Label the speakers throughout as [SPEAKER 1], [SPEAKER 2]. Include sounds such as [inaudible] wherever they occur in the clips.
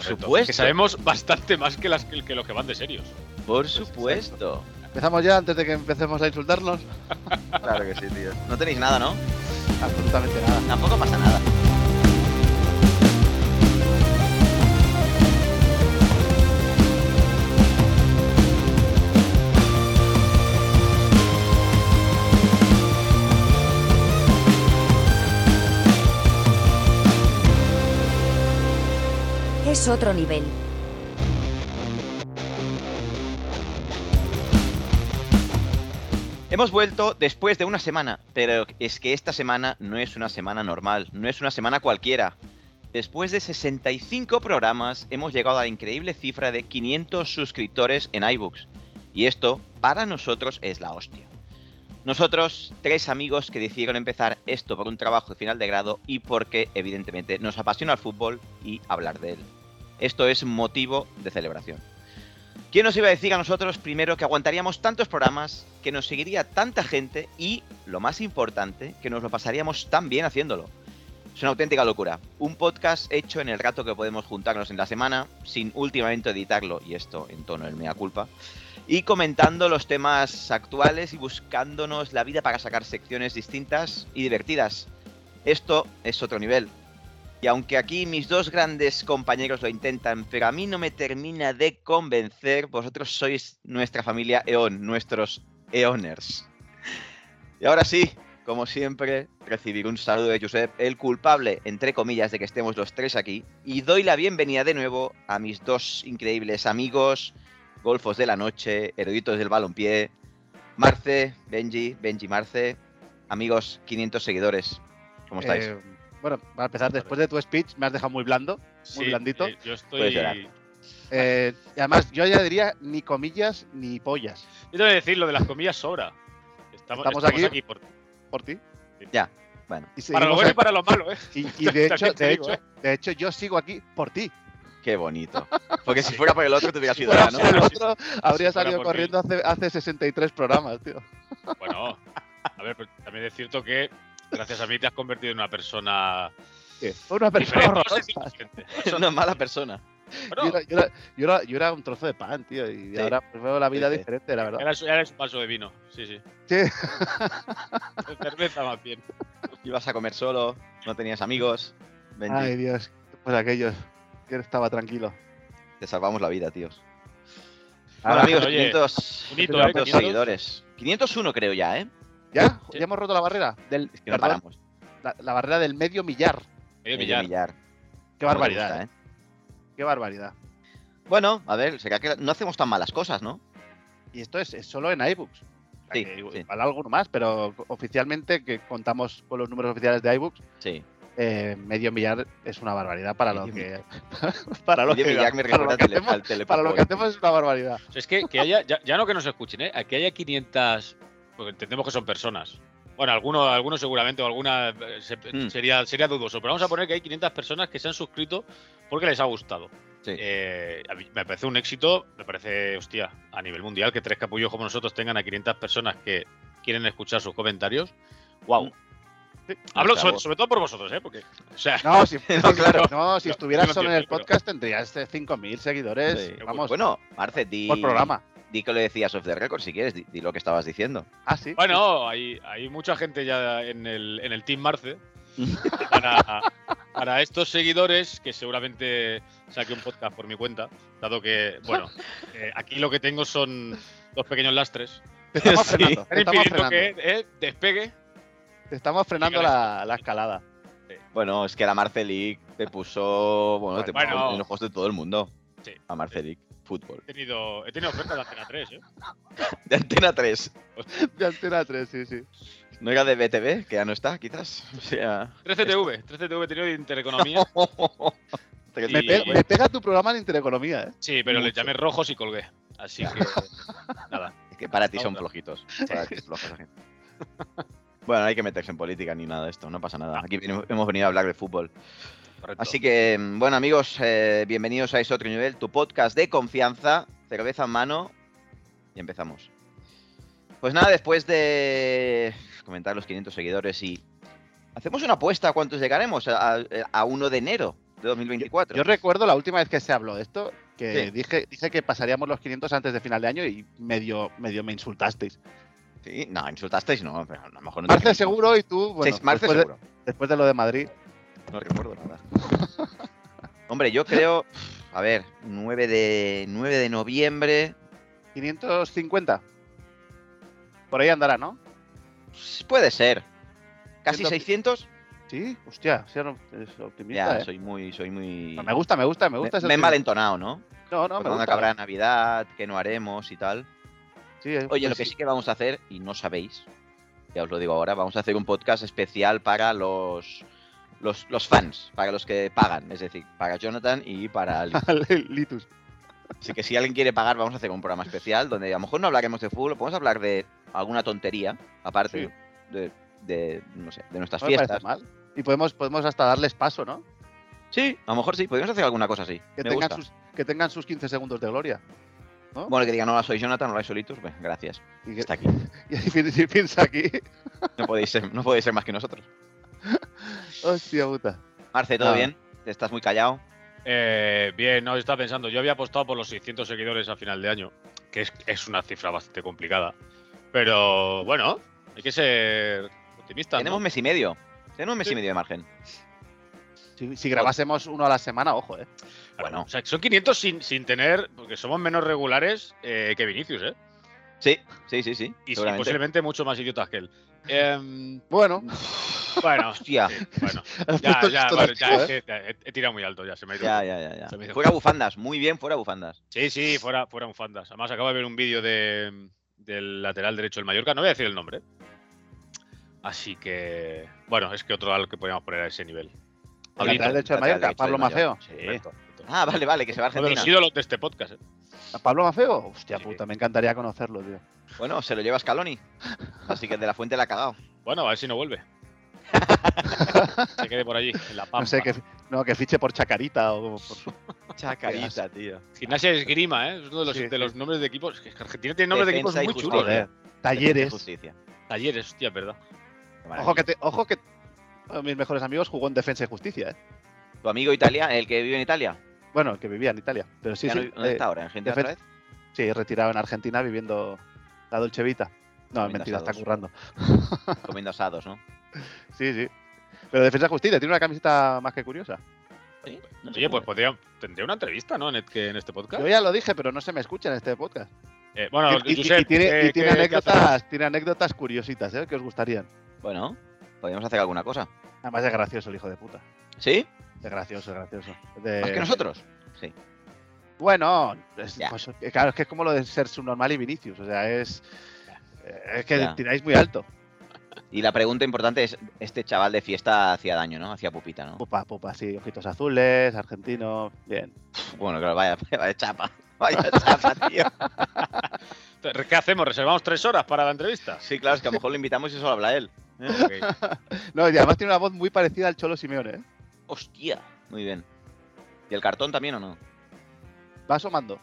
[SPEAKER 1] supuesto.
[SPEAKER 2] ¿eh? Que sabemos bastante más que, las, que lo que van de serios.
[SPEAKER 1] Por supuesto.
[SPEAKER 3] ¿Empezamos ya antes de que empecemos a
[SPEAKER 2] [laughs]
[SPEAKER 3] insultarnos?
[SPEAKER 4] Claro que sí, tío.
[SPEAKER 5] No tenéis nada, ¿no?
[SPEAKER 3] Absolutamente nada.
[SPEAKER 5] Tampoco pasa nada.
[SPEAKER 6] Es otro nivel.
[SPEAKER 5] Hemos vuelto después de una semana, pero es que esta semana no es una semana normal, no es una semana cualquiera. Después de 65 programas, hemos llegado a la increíble cifra de 500 suscriptores en iBooks. Y esto, para nosotros, es la hostia. Nosotros, tres amigos que decidieron empezar esto por un trabajo de final de grado y porque, evidentemente, nos apasiona el fútbol y hablar de él. Esto es motivo de celebración. ¿Quién nos iba a decir a nosotros primero que aguantaríamos tantos programas, que nos seguiría tanta gente y, lo más importante, que nos lo pasaríamos tan bien haciéndolo? Es una auténtica locura. Un podcast hecho en el rato que podemos juntarnos en la semana, sin últimamente editarlo, y esto en tono del mea culpa, y comentando los temas actuales y buscándonos la vida para sacar secciones distintas y divertidas. Esto es otro nivel. Y aunque aquí mis dos grandes compañeros lo intentan, pero a mí no me termina de convencer, vosotros sois nuestra familia E.ON, nuestros E E.ONers. Y ahora sí, como siempre, recibir un saludo de Josep, el culpable, entre comillas, de que estemos los tres aquí. Y doy la bienvenida de nuevo a mis dos increíbles amigos, golfos de la noche, eruditos del balompié, Marce, Benji, Benji Marce, amigos 500 seguidores. ¿Cómo estáis?
[SPEAKER 3] Eh, bueno, para empezar, después de tu speech me has dejado muy blando, muy
[SPEAKER 2] Sí,
[SPEAKER 3] blandito.
[SPEAKER 2] eh, yo estoy.
[SPEAKER 5] Puedes llorar.
[SPEAKER 2] Yo
[SPEAKER 3] Eh, y además, yo ya diría ni comillas ni pollas
[SPEAKER 2] tengo que decir, lo de las comillas sobra. Estamos,
[SPEAKER 3] Estamos
[SPEAKER 2] estamos
[SPEAKER 3] aquí.
[SPEAKER 2] aquí, por-
[SPEAKER 3] por ti.
[SPEAKER 5] Ya, bueno,
[SPEAKER 3] Y
[SPEAKER 2] para
[SPEAKER 3] seguimos
[SPEAKER 2] lo bueno y
[SPEAKER 3] aquí.
[SPEAKER 2] para lo malo, ¿eh?
[SPEAKER 3] Y, y de, hecho,
[SPEAKER 2] [laughs] También te
[SPEAKER 3] de,
[SPEAKER 2] digo, ¿eh?
[SPEAKER 3] hecho, de hecho, yo sigo aquí por ti. [laughs]
[SPEAKER 5] qué bonito. Porque si fuera por el otro te hubiera sido
[SPEAKER 2] [laughs] Bueno,
[SPEAKER 3] Por
[SPEAKER 5] ya, ¿no?
[SPEAKER 2] sí.
[SPEAKER 3] el otro habría
[SPEAKER 2] fuera
[SPEAKER 3] salido
[SPEAKER 2] por
[SPEAKER 3] corriendo hace, hace 63 programas, tío.
[SPEAKER 2] Bueno, a ver, pero también es cierto que gracias a mí te has convertido en una
[SPEAKER 3] [laughs]
[SPEAKER 2] persona.
[SPEAKER 3] Fue una persona
[SPEAKER 2] diferente. [laughs] No sé si
[SPEAKER 3] horrorosa.
[SPEAKER 2] diferente.
[SPEAKER 5] Es una mala persona.
[SPEAKER 3] Yo
[SPEAKER 2] Bueno,
[SPEAKER 3] era, yo era- yo era- yo era un trozo de pan, tío, y
[SPEAKER 5] Sí.
[SPEAKER 3] ahora pues, veo la vida
[SPEAKER 5] Sí, sí.
[SPEAKER 3] diferente, la verdad.
[SPEAKER 2] eres, eres un vaso de vino, sí, sí.
[SPEAKER 3] Sí.
[SPEAKER 2] De [laughs] cerveza más bien.
[SPEAKER 5] Ibas a comer solo, no tenías amigos. Benji,
[SPEAKER 3] Ay, Dios, pues aquellos. Yo estaba tranquilo.
[SPEAKER 5] te salvamos la vida, tíos.
[SPEAKER 3] Ah,
[SPEAKER 5] Bueno, amigos,
[SPEAKER 2] oye,
[SPEAKER 5] 500,
[SPEAKER 2] un hito,
[SPEAKER 5] 500
[SPEAKER 2] ¿eh? 500.
[SPEAKER 5] seguidores. 501 creo ya, ¿eh?
[SPEAKER 3] ¿Ya?
[SPEAKER 2] Sí.
[SPEAKER 3] ¿Ya hemos roto la barrera? Del,
[SPEAKER 5] Es que no
[SPEAKER 3] perdón,
[SPEAKER 5] paramos.
[SPEAKER 3] la, la barrera del medio millar.
[SPEAKER 5] Medio
[SPEAKER 2] Medio millar.
[SPEAKER 5] millar.
[SPEAKER 3] Qué
[SPEAKER 5] No me
[SPEAKER 3] barbaridad,
[SPEAKER 5] gusta,
[SPEAKER 3] eh. Qué barbaridad.
[SPEAKER 5] Bueno, a ver, será que no hacemos tan malas cosas, ¿no?
[SPEAKER 3] Y esto es, es solo en iBooks. O sea,
[SPEAKER 5] Sí,
[SPEAKER 3] que
[SPEAKER 5] sí.
[SPEAKER 3] Igual alguno más, pero oficialmente, que contamos con los números oficiales de iBooks,
[SPEAKER 5] Sí.
[SPEAKER 3] eh, medio millar es una barbaridad para lo
[SPEAKER 5] Medio
[SPEAKER 3] que. [laughs] para lo
[SPEAKER 5] Medio
[SPEAKER 3] que,
[SPEAKER 5] millar me
[SPEAKER 3] para lo
[SPEAKER 5] recuerda
[SPEAKER 3] que
[SPEAKER 5] al tele-
[SPEAKER 3] hacemos-
[SPEAKER 5] al telepopón.
[SPEAKER 3] para lo que hacemos es una barbaridad.
[SPEAKER 2] O sea, es que, que haya, ya, ya no que nos escuchen, ¿eh? Aquí haya 500, porque entendemos que son personas. Bueno, alguno, alguno seguramente, o alguna eh, se-
[SPEAKER 5] Mm.
[SPEAKER 2] sería, sería dudoso, pero vamos a poner que hay 500 personas que se han suscrito porque les ha gustado.
[SPEAKER 5] Sí.
[SPEAKER 2] Eh, a mí me parece un éxito, me parece, hostia, a nivel mundial, que tres capullos como nosotros tengan a 500 personas que quieren escuchar sus comentarios. ¡Wow!
[SPEAKER 5] Mm.
[SPEAKER 2] Hablo
[SPEAKER 5] Por
[SPEAKER 2] sobre,
[SPEAKER 5] favor.
[SPEAKER 2] sobre todo por vosotros, ¿eh? Porque, o sea,
[SPEAKER 3] No,
[SPEAKER 5] [laughs]
[SPEAKER 3] si, no,
[SPEAKER 5] claro.
[SPEAKER 3] no, si
[SPEAKER 2] No,
[SPEAKER 3] estuvieras
[SPEAKER 2] no
[SPEAKER 3] solo en el
[SPEAKER 2] entiendo, pero-
[SPEAKER 3] podcast tendrías eh, 5.000 seguidores.
[SPEAKER 5] Sí.
[SPEAKER 3] Vamos,
[SPEAKER 5] Bueno, Marce, di,
[SPEAKER 3] por programa.
[SPEAKER 5] di que lo decías off the record si quieres, di, di lo que estabas diciendo.
[SPEAKER 3] Ah, sí. [laughs]
[SPEAKER 2] Bueno, hay, hay mucha gente ya en el, en el Team [laughs] Marce para, para estos seguidores que seguramente saque un podcast por mi cuenta, dado que, bueno, eh, aquí lo que tengo son dos pequeños lastres.
[SPEAKER 3] estamos
[SPEAKER 5] sí.
[SPEAKER 3] frenando.
[SPEAKER 2] Están
[SPEAKER 3] Estamos frenando,
[SPEAKER 2] impidiendo que eh, despegue.
[SPEAKER 3] Te estamos frenando
[SPEAKER 2] Fíjate.
[SPEAKER 3] la, la
[SPEAKER 5] [laughs]
[SPEAKER 3] escalada.
[SPEAKER 5] Bueno, es que la Marcelic te puso, bueno, te
[SPEAKER 2] Bueno.
[SPEAKER 5] puso en los ojos de todo el mundo.
[SPEAKER 2] Sí.
[SPEAKER 5] A Marcelic, fútbol. [laughs]
[SPEAKER 2] He tenido, he tenido ofertas de Antena 3, ¿eh?
[SPEAKER 5] De Antena 3.
[SPEAKER 3] De Antena 3, sí, sí.
[SPEAKER 5] ¿No era de BTV? Que ya no está, quizás. O sea.
[SPEAKER 2] 13TV, 13TV he tenido de Intereconomía.
[SPEAKER 5] Te-
[SPEAKER 2] Y-
[SPEAKER 3] Me, pe-
[SPEAKER 2] bueno.
[SPEAKER 3] me pega tu programa en Intereconomía, ¿eh?
[SPEAKER 2] Sí, pero les
[SPEAKER 5] Mucho.
[SPEAKER 2] llamé rojos y colgué. Así [laughs] que, nada.
[SPEAKER 5] Es que para ti son
[SPEAKER 2] Ahora.
[SPEAKER 5] flojitos. Para ti es floja esa gente. [laughs] Bueno, no hay que meterse en política ni nada de esto, no pasa nada. Aquí venimos- hemos venido a hablar de fútbol.
[SPEAKER 2] Correcto.
[SPEAKER 5] Así que, mm, bueno, amigos, eh, bienvenidos a Es Otro Nivel, tu podcast de confianza, cerveza en mano, y empezamos. Pues nada, después de comentar los 500 seguidores y... Hacemos una apuesta a cuántos llegaremos a, a- a 1 de enero. de 2024.
[SPEAKER 3] Yo recuerdo la última vez que se habló de esto, que
[SPEAKER 5] Sí.
[SPEAKER 3] dije, dije que pasaríamos los 500 antes de final de año y medio, medio me insultasteis.
[SPEAKER 5] Sí, no, insultasteis, no, pero a lo mejor no. te-
[SPEAKER 3] Marce seguro y tú, bueno,
[SPEAKER 5] Sí, Marce
[SPEAKER 3] después,
[SPEAKER 5] seguro.
[SPEAKER 3] De, después de lo de Madrid,
[SPEAKER 5] No
[SPEAKER 3] [laughs]
[SPEAKER 5] recuerdo, la verdad. Hombre, yo creo. A ver, 9 de, 9 de noviembre.
[SPEAKER 3] 550. Por ahí andará, ¿no?
[SPEAKER 5] pues, Puede ser. ¿Casi
[SPEAKER 3] Ciento-
[SPEAKER 5] 600?
[SPEAKER 3] Sí, hostia, sí, no- es optimista.
[SPEAKER 5] Ya,
[SPEAKER 3] eh.
[SPEAKER 5] soy muy. Soy muy...
[SPEAKER 3] No, Me gusta, me gusta, me
[SPEAKER 5] me,
[SPEAKER 3] gusta. ese
[SPEAKER 5] me he
[SPEAKER 3] optimismo.
[SPEAKER 5] malentonado, ¿no?
[SPEAKER 3] No, no,
[SPEAKER 5] Por
[SPEAKER 3] me
[SPEAKER 5] dónde
[SPEAKER 3] gusta.
[SPEAKER 5] acabará Navidad, qué no haremos y tal.
[SPEAKER 3] Sí, eh,
[SPEAKER 5] Oye,
[SPEAKER 3] pues
[SPEAKER 5] lo
[SPEAKER 3] [laughs]
[SPEAKER 5] que sí que vamos a hacer, y no sabéis, ya os lo digo ahora, vamos a hacer un podcast especial para los, los, los fans, para los que pagan, es decir, para Jonathan y para
[SPEAKER 3] [laughs]
[SPEAKER 5] Ali.
[SPEAKER 3] Litus.
[SPEAKER 5] Así que si alguien quiere pagar, vamos a hacer un programa especial donde a lo mejor no hablaremos de fútbol, podemos hablar de alguna tontería, aparte
[SPEAKER 3] Sí.
[SPEAKER 5] de, de, no sé, de nuestras
[SPEAKER 3] No me parece
[SPEAKER 5] fiestas.
[SPEAKER 3] mal. Y podemos, podemos hasta darles paso, ¿no?
[SPEAKER 5] Sí, a lo mejor sí, podríamos hacer alguna cosa así.
[SPEAKER 3] Que,
[SPEAKER 5] Me
[SPEAKER 3] tengan
[SPEAKER 5] gusta.
[SPEAKER 3] sus, que tengan sus 15 segundos de gloria. ¿no?
[SPEAKER 5] Bueno, que digan, hola, soy Jonathan, hola, soy Litus, pues, gracias,
[SPEAKER 3] Y, que-
[SPEAKER 5] está aquí.
[SPEAKER 3] [laughs] y ahí pi- si piensa aquí. [laughs]
[SPEAKER 5] No podéis ser, no podéis ser más que nosotros.
[SPEAKER 3] Hostia puta.
[SPEAKER 5] Marce, ¿todo
[SPEAKER 3] Ah.
[SPEAKER 5] bien? Estás muy callado.
[SPEAKER 2] Eh, bien, no, estaba pensando. Yo había apostado por los 600 seguidores a final de año, que es, es una cifra bastante complicada. Pero bueno, hay que ser optimistas. ¿no?
[SPEAKER 5] Tenemos mes y medio. Tenemos mes y medio de margen.
[SPEAKER 3] Si, si grabásemos uno a la semana, ojo, eh.
[SPEAKER 2] Claro,
[SPEAKER 5] Bueno.
[SPEAKER 2] o sea, son 500 sin, sin tener, porque somos menos regulares eh, que Vinicius, ¿eh?
[SPEAKER 5] Sí, sí, sí, sí.
[SPEAKER 2] Y, sí,
[SPEAKER 5] seguramente.
[SPEAKER 2] posiblemente mucho más idiotas que él. Em,
[SPEAKER 3] Bueno,
[SPEAKER 5] Mm,
[SPEAKER 2] bueno,
[SPEAKER 5] Hostia.
[SPEAKER 2] sí, bueno.
[SPEAKER 3] has
[SPEAKER 2] Ya,
[SPEAKER 3] puesto
[SPEAKER 2] ya,
[SPEAKER 3] [laughs] esto
[SPEAKER 2] bueno,
[SPEAKER 3] de
[SPEAKER 2] ya,
[SPEAKER 3] chico,
[SPEAKER 2] es
[SPEAKER 3] eh.
[SPEAKER 2] que ya, he, he tirado muy alto, ya se me ha ido.
[SPEAKER 5] Ya, ya, ya, ya.
[SPEAKER 2] Se me dio-
[SPEAKER 5] Fuera bufandas, muy bien, fuera bufandas.
[SPEAKER 2] Sí, sí, fuera, fuera un fandas. Además, acabo de ver un vídeo de, del lateral derecho del Mallorca. No voy a decir el nombre. Así que, bueno, es que otro al que podíamos poner a ese nivel.
[SPEAKER 3] El
[SPEAKER 2] Pablito.
[SPEAKER 3] lateral derecho del
[SPEAKER 5] lateral
[SPEAKER 3] Mallorca,
[SPEAKER 5] derecho
[SPEAKER 3] ¿eh? Pablo
[SPEAKER 5] del
[SPEAKER 3] Maceo.
[SPEAKER 2] Correcto, correcto.
[SPEAKER 5] Ah, vale, vale, que se va a
[SPEAKER 2] Uno de los
[SPEAKER 5] Argentina.
[SPEAKER 2] ídolos de este podcast. ¿eh?
[SPEAKER 3] ¿A Pablo Maceo? Hostia
[SPEAKER 2] Sí.
[SPEAKER 3] puta, me encantaría conocerlo, tío.
[SPEAKER 5] Bueno, se lo lleva Scaloni. Así que de la fuente la ha cagado.
[SPEAKER 2] Bueno, a ver si
[SPEAKER 3] [laughs]
[SPEAKER 2] no vuelve. se quede por allí, en la pampa.
[SPEAKER 3] No sé, que, no, que fiche por Chacarita o por su...
[SPEAKER 5] [laughs] Chacarita, tío.
[SPEAKER 2] Gimnasia es Grima, ¿eh? Es uno de los,
[SPEAKER 3] Sí,
[SPEAKER 2] de
[SPEAKER 3] sí.
[SPEAKER 2] los nombres de equipos. Es que Argentina tiene nombres de
[SPEAKER 5] Defensa y
[SPEAKER 2] equipos muy chulos.
[SPEAKER 5] justicia.
[SPEAKER 2] ¿eh?
[SPEAKER 3] Joder. Talleres.
[SPEAKER 5] Justicia.
[SPEAKER 2] Talleres, hostia, es verdad.
[SPEAKER 5] Qué
[SPEAKER 3] Ojo
[SPEAKER 5] maravilla.
[SPEAKER 3] que, te- ojo que uno de mis mejores amigos jugó en Defensa y Justicia, eh.
[SPEAKER 5] Tu amigo Italia, el que vive en Italia.
[SPEAKER 3] Bueno, el que vivía en Italia. Pero sí,
[SPEAKER 5] Ya
[SPEAKER 3] sí,
[SPEAKER 5] no- ¿Dónde
[SPEAKER 3] eh,
[SPEAKER 5] está ahora? ¿En Argentina otra vez?
[SPEAKER 3] sí, retirado en Argentina viviendo la Dolce Vita. No, es
[SPEAKER 5] Comiendo
[SPEAKER 3] mentira, está
[SPEAKER 5] asados.
[SPEAKER 3] currando.
[SPEAKER 5] Comiendo asados, ¿no?
[SPEAKER 3] Sí, sí. Pero Defensa y Justicia tiene una camiseta más que curiosa.
[SPEAKER 2] Oye, pues podría, tendría una entrevista, ¿no? En, et- que- en este podcast.
[SPEAKER 3] Yo ya lo dije, pero no se me escucha en este podcast.
[SPEAKER 2] Eh, bueno,
[SPEAKER 3] Y- y, y
[SPEAKER 2] Josep, eh,
[SPEAKER 3] tiene, y tiene
[SPEAKER 2] ¿qué- qué- qué hacemos?
[SPEAKER 3] anécdotas, tiene anécdotas curiositas, ¿eh? Que os gustarían.
[SPEAKER 5] Bueno, podríamos hacer alguna cosa.
[SPEAKER 3] Además es gracioso el hijo de puta.
[SPEAKER 5] ¿Sí?
[SPEAKER 3] Es gracioso, es gracioso. Es
[SPEAKER 5] ¿Más
[SPEAKER 3] de-
[SPEAKER 5] que nosotros?
[SPEAKER 3] Bueno, es-
[SPEAKER 5] Ya.
[SPEAKER 3] pues, eh, claro, es que es como lo de ser subnormal y Vinicius. O sea, es. eh, Es que
[SPEAKER 5] Ya.
[SPEAKER 3] tiráis muy alto.
[SPEAKER 5] Y la pregunta importante es: ¿este chaval de fiesta hacía daño, no? Hacía pupita, ¿no?
[SPEAKER 3] Pupa, pupa, sí, ojitos azules, argentino. Bien.
[SPEAKER 5] Bueno, claro, vaya, [laughs] vaya chapa. Vaya
[SPEAKER 3] [laughs]
[SPEAKER 5] chapa, tío.
[SPEAKER 2] ¿Qué hacemos? ¿Reservamos tres horas para la entrevista?
[SPEAKER 5] Sí, claro, es que a lo mejor lo invitamos y solo habla él.
[SPEAKER 2] Ok.
[SPEAKER 3] No, y además tiene una voz muy parecida al Cholo Simeone, ¿eh?
[SPEAKER 5] Hostia. Muy bien. ¿Y el cartón también o no?
[SPEAKER 3] Va asomando.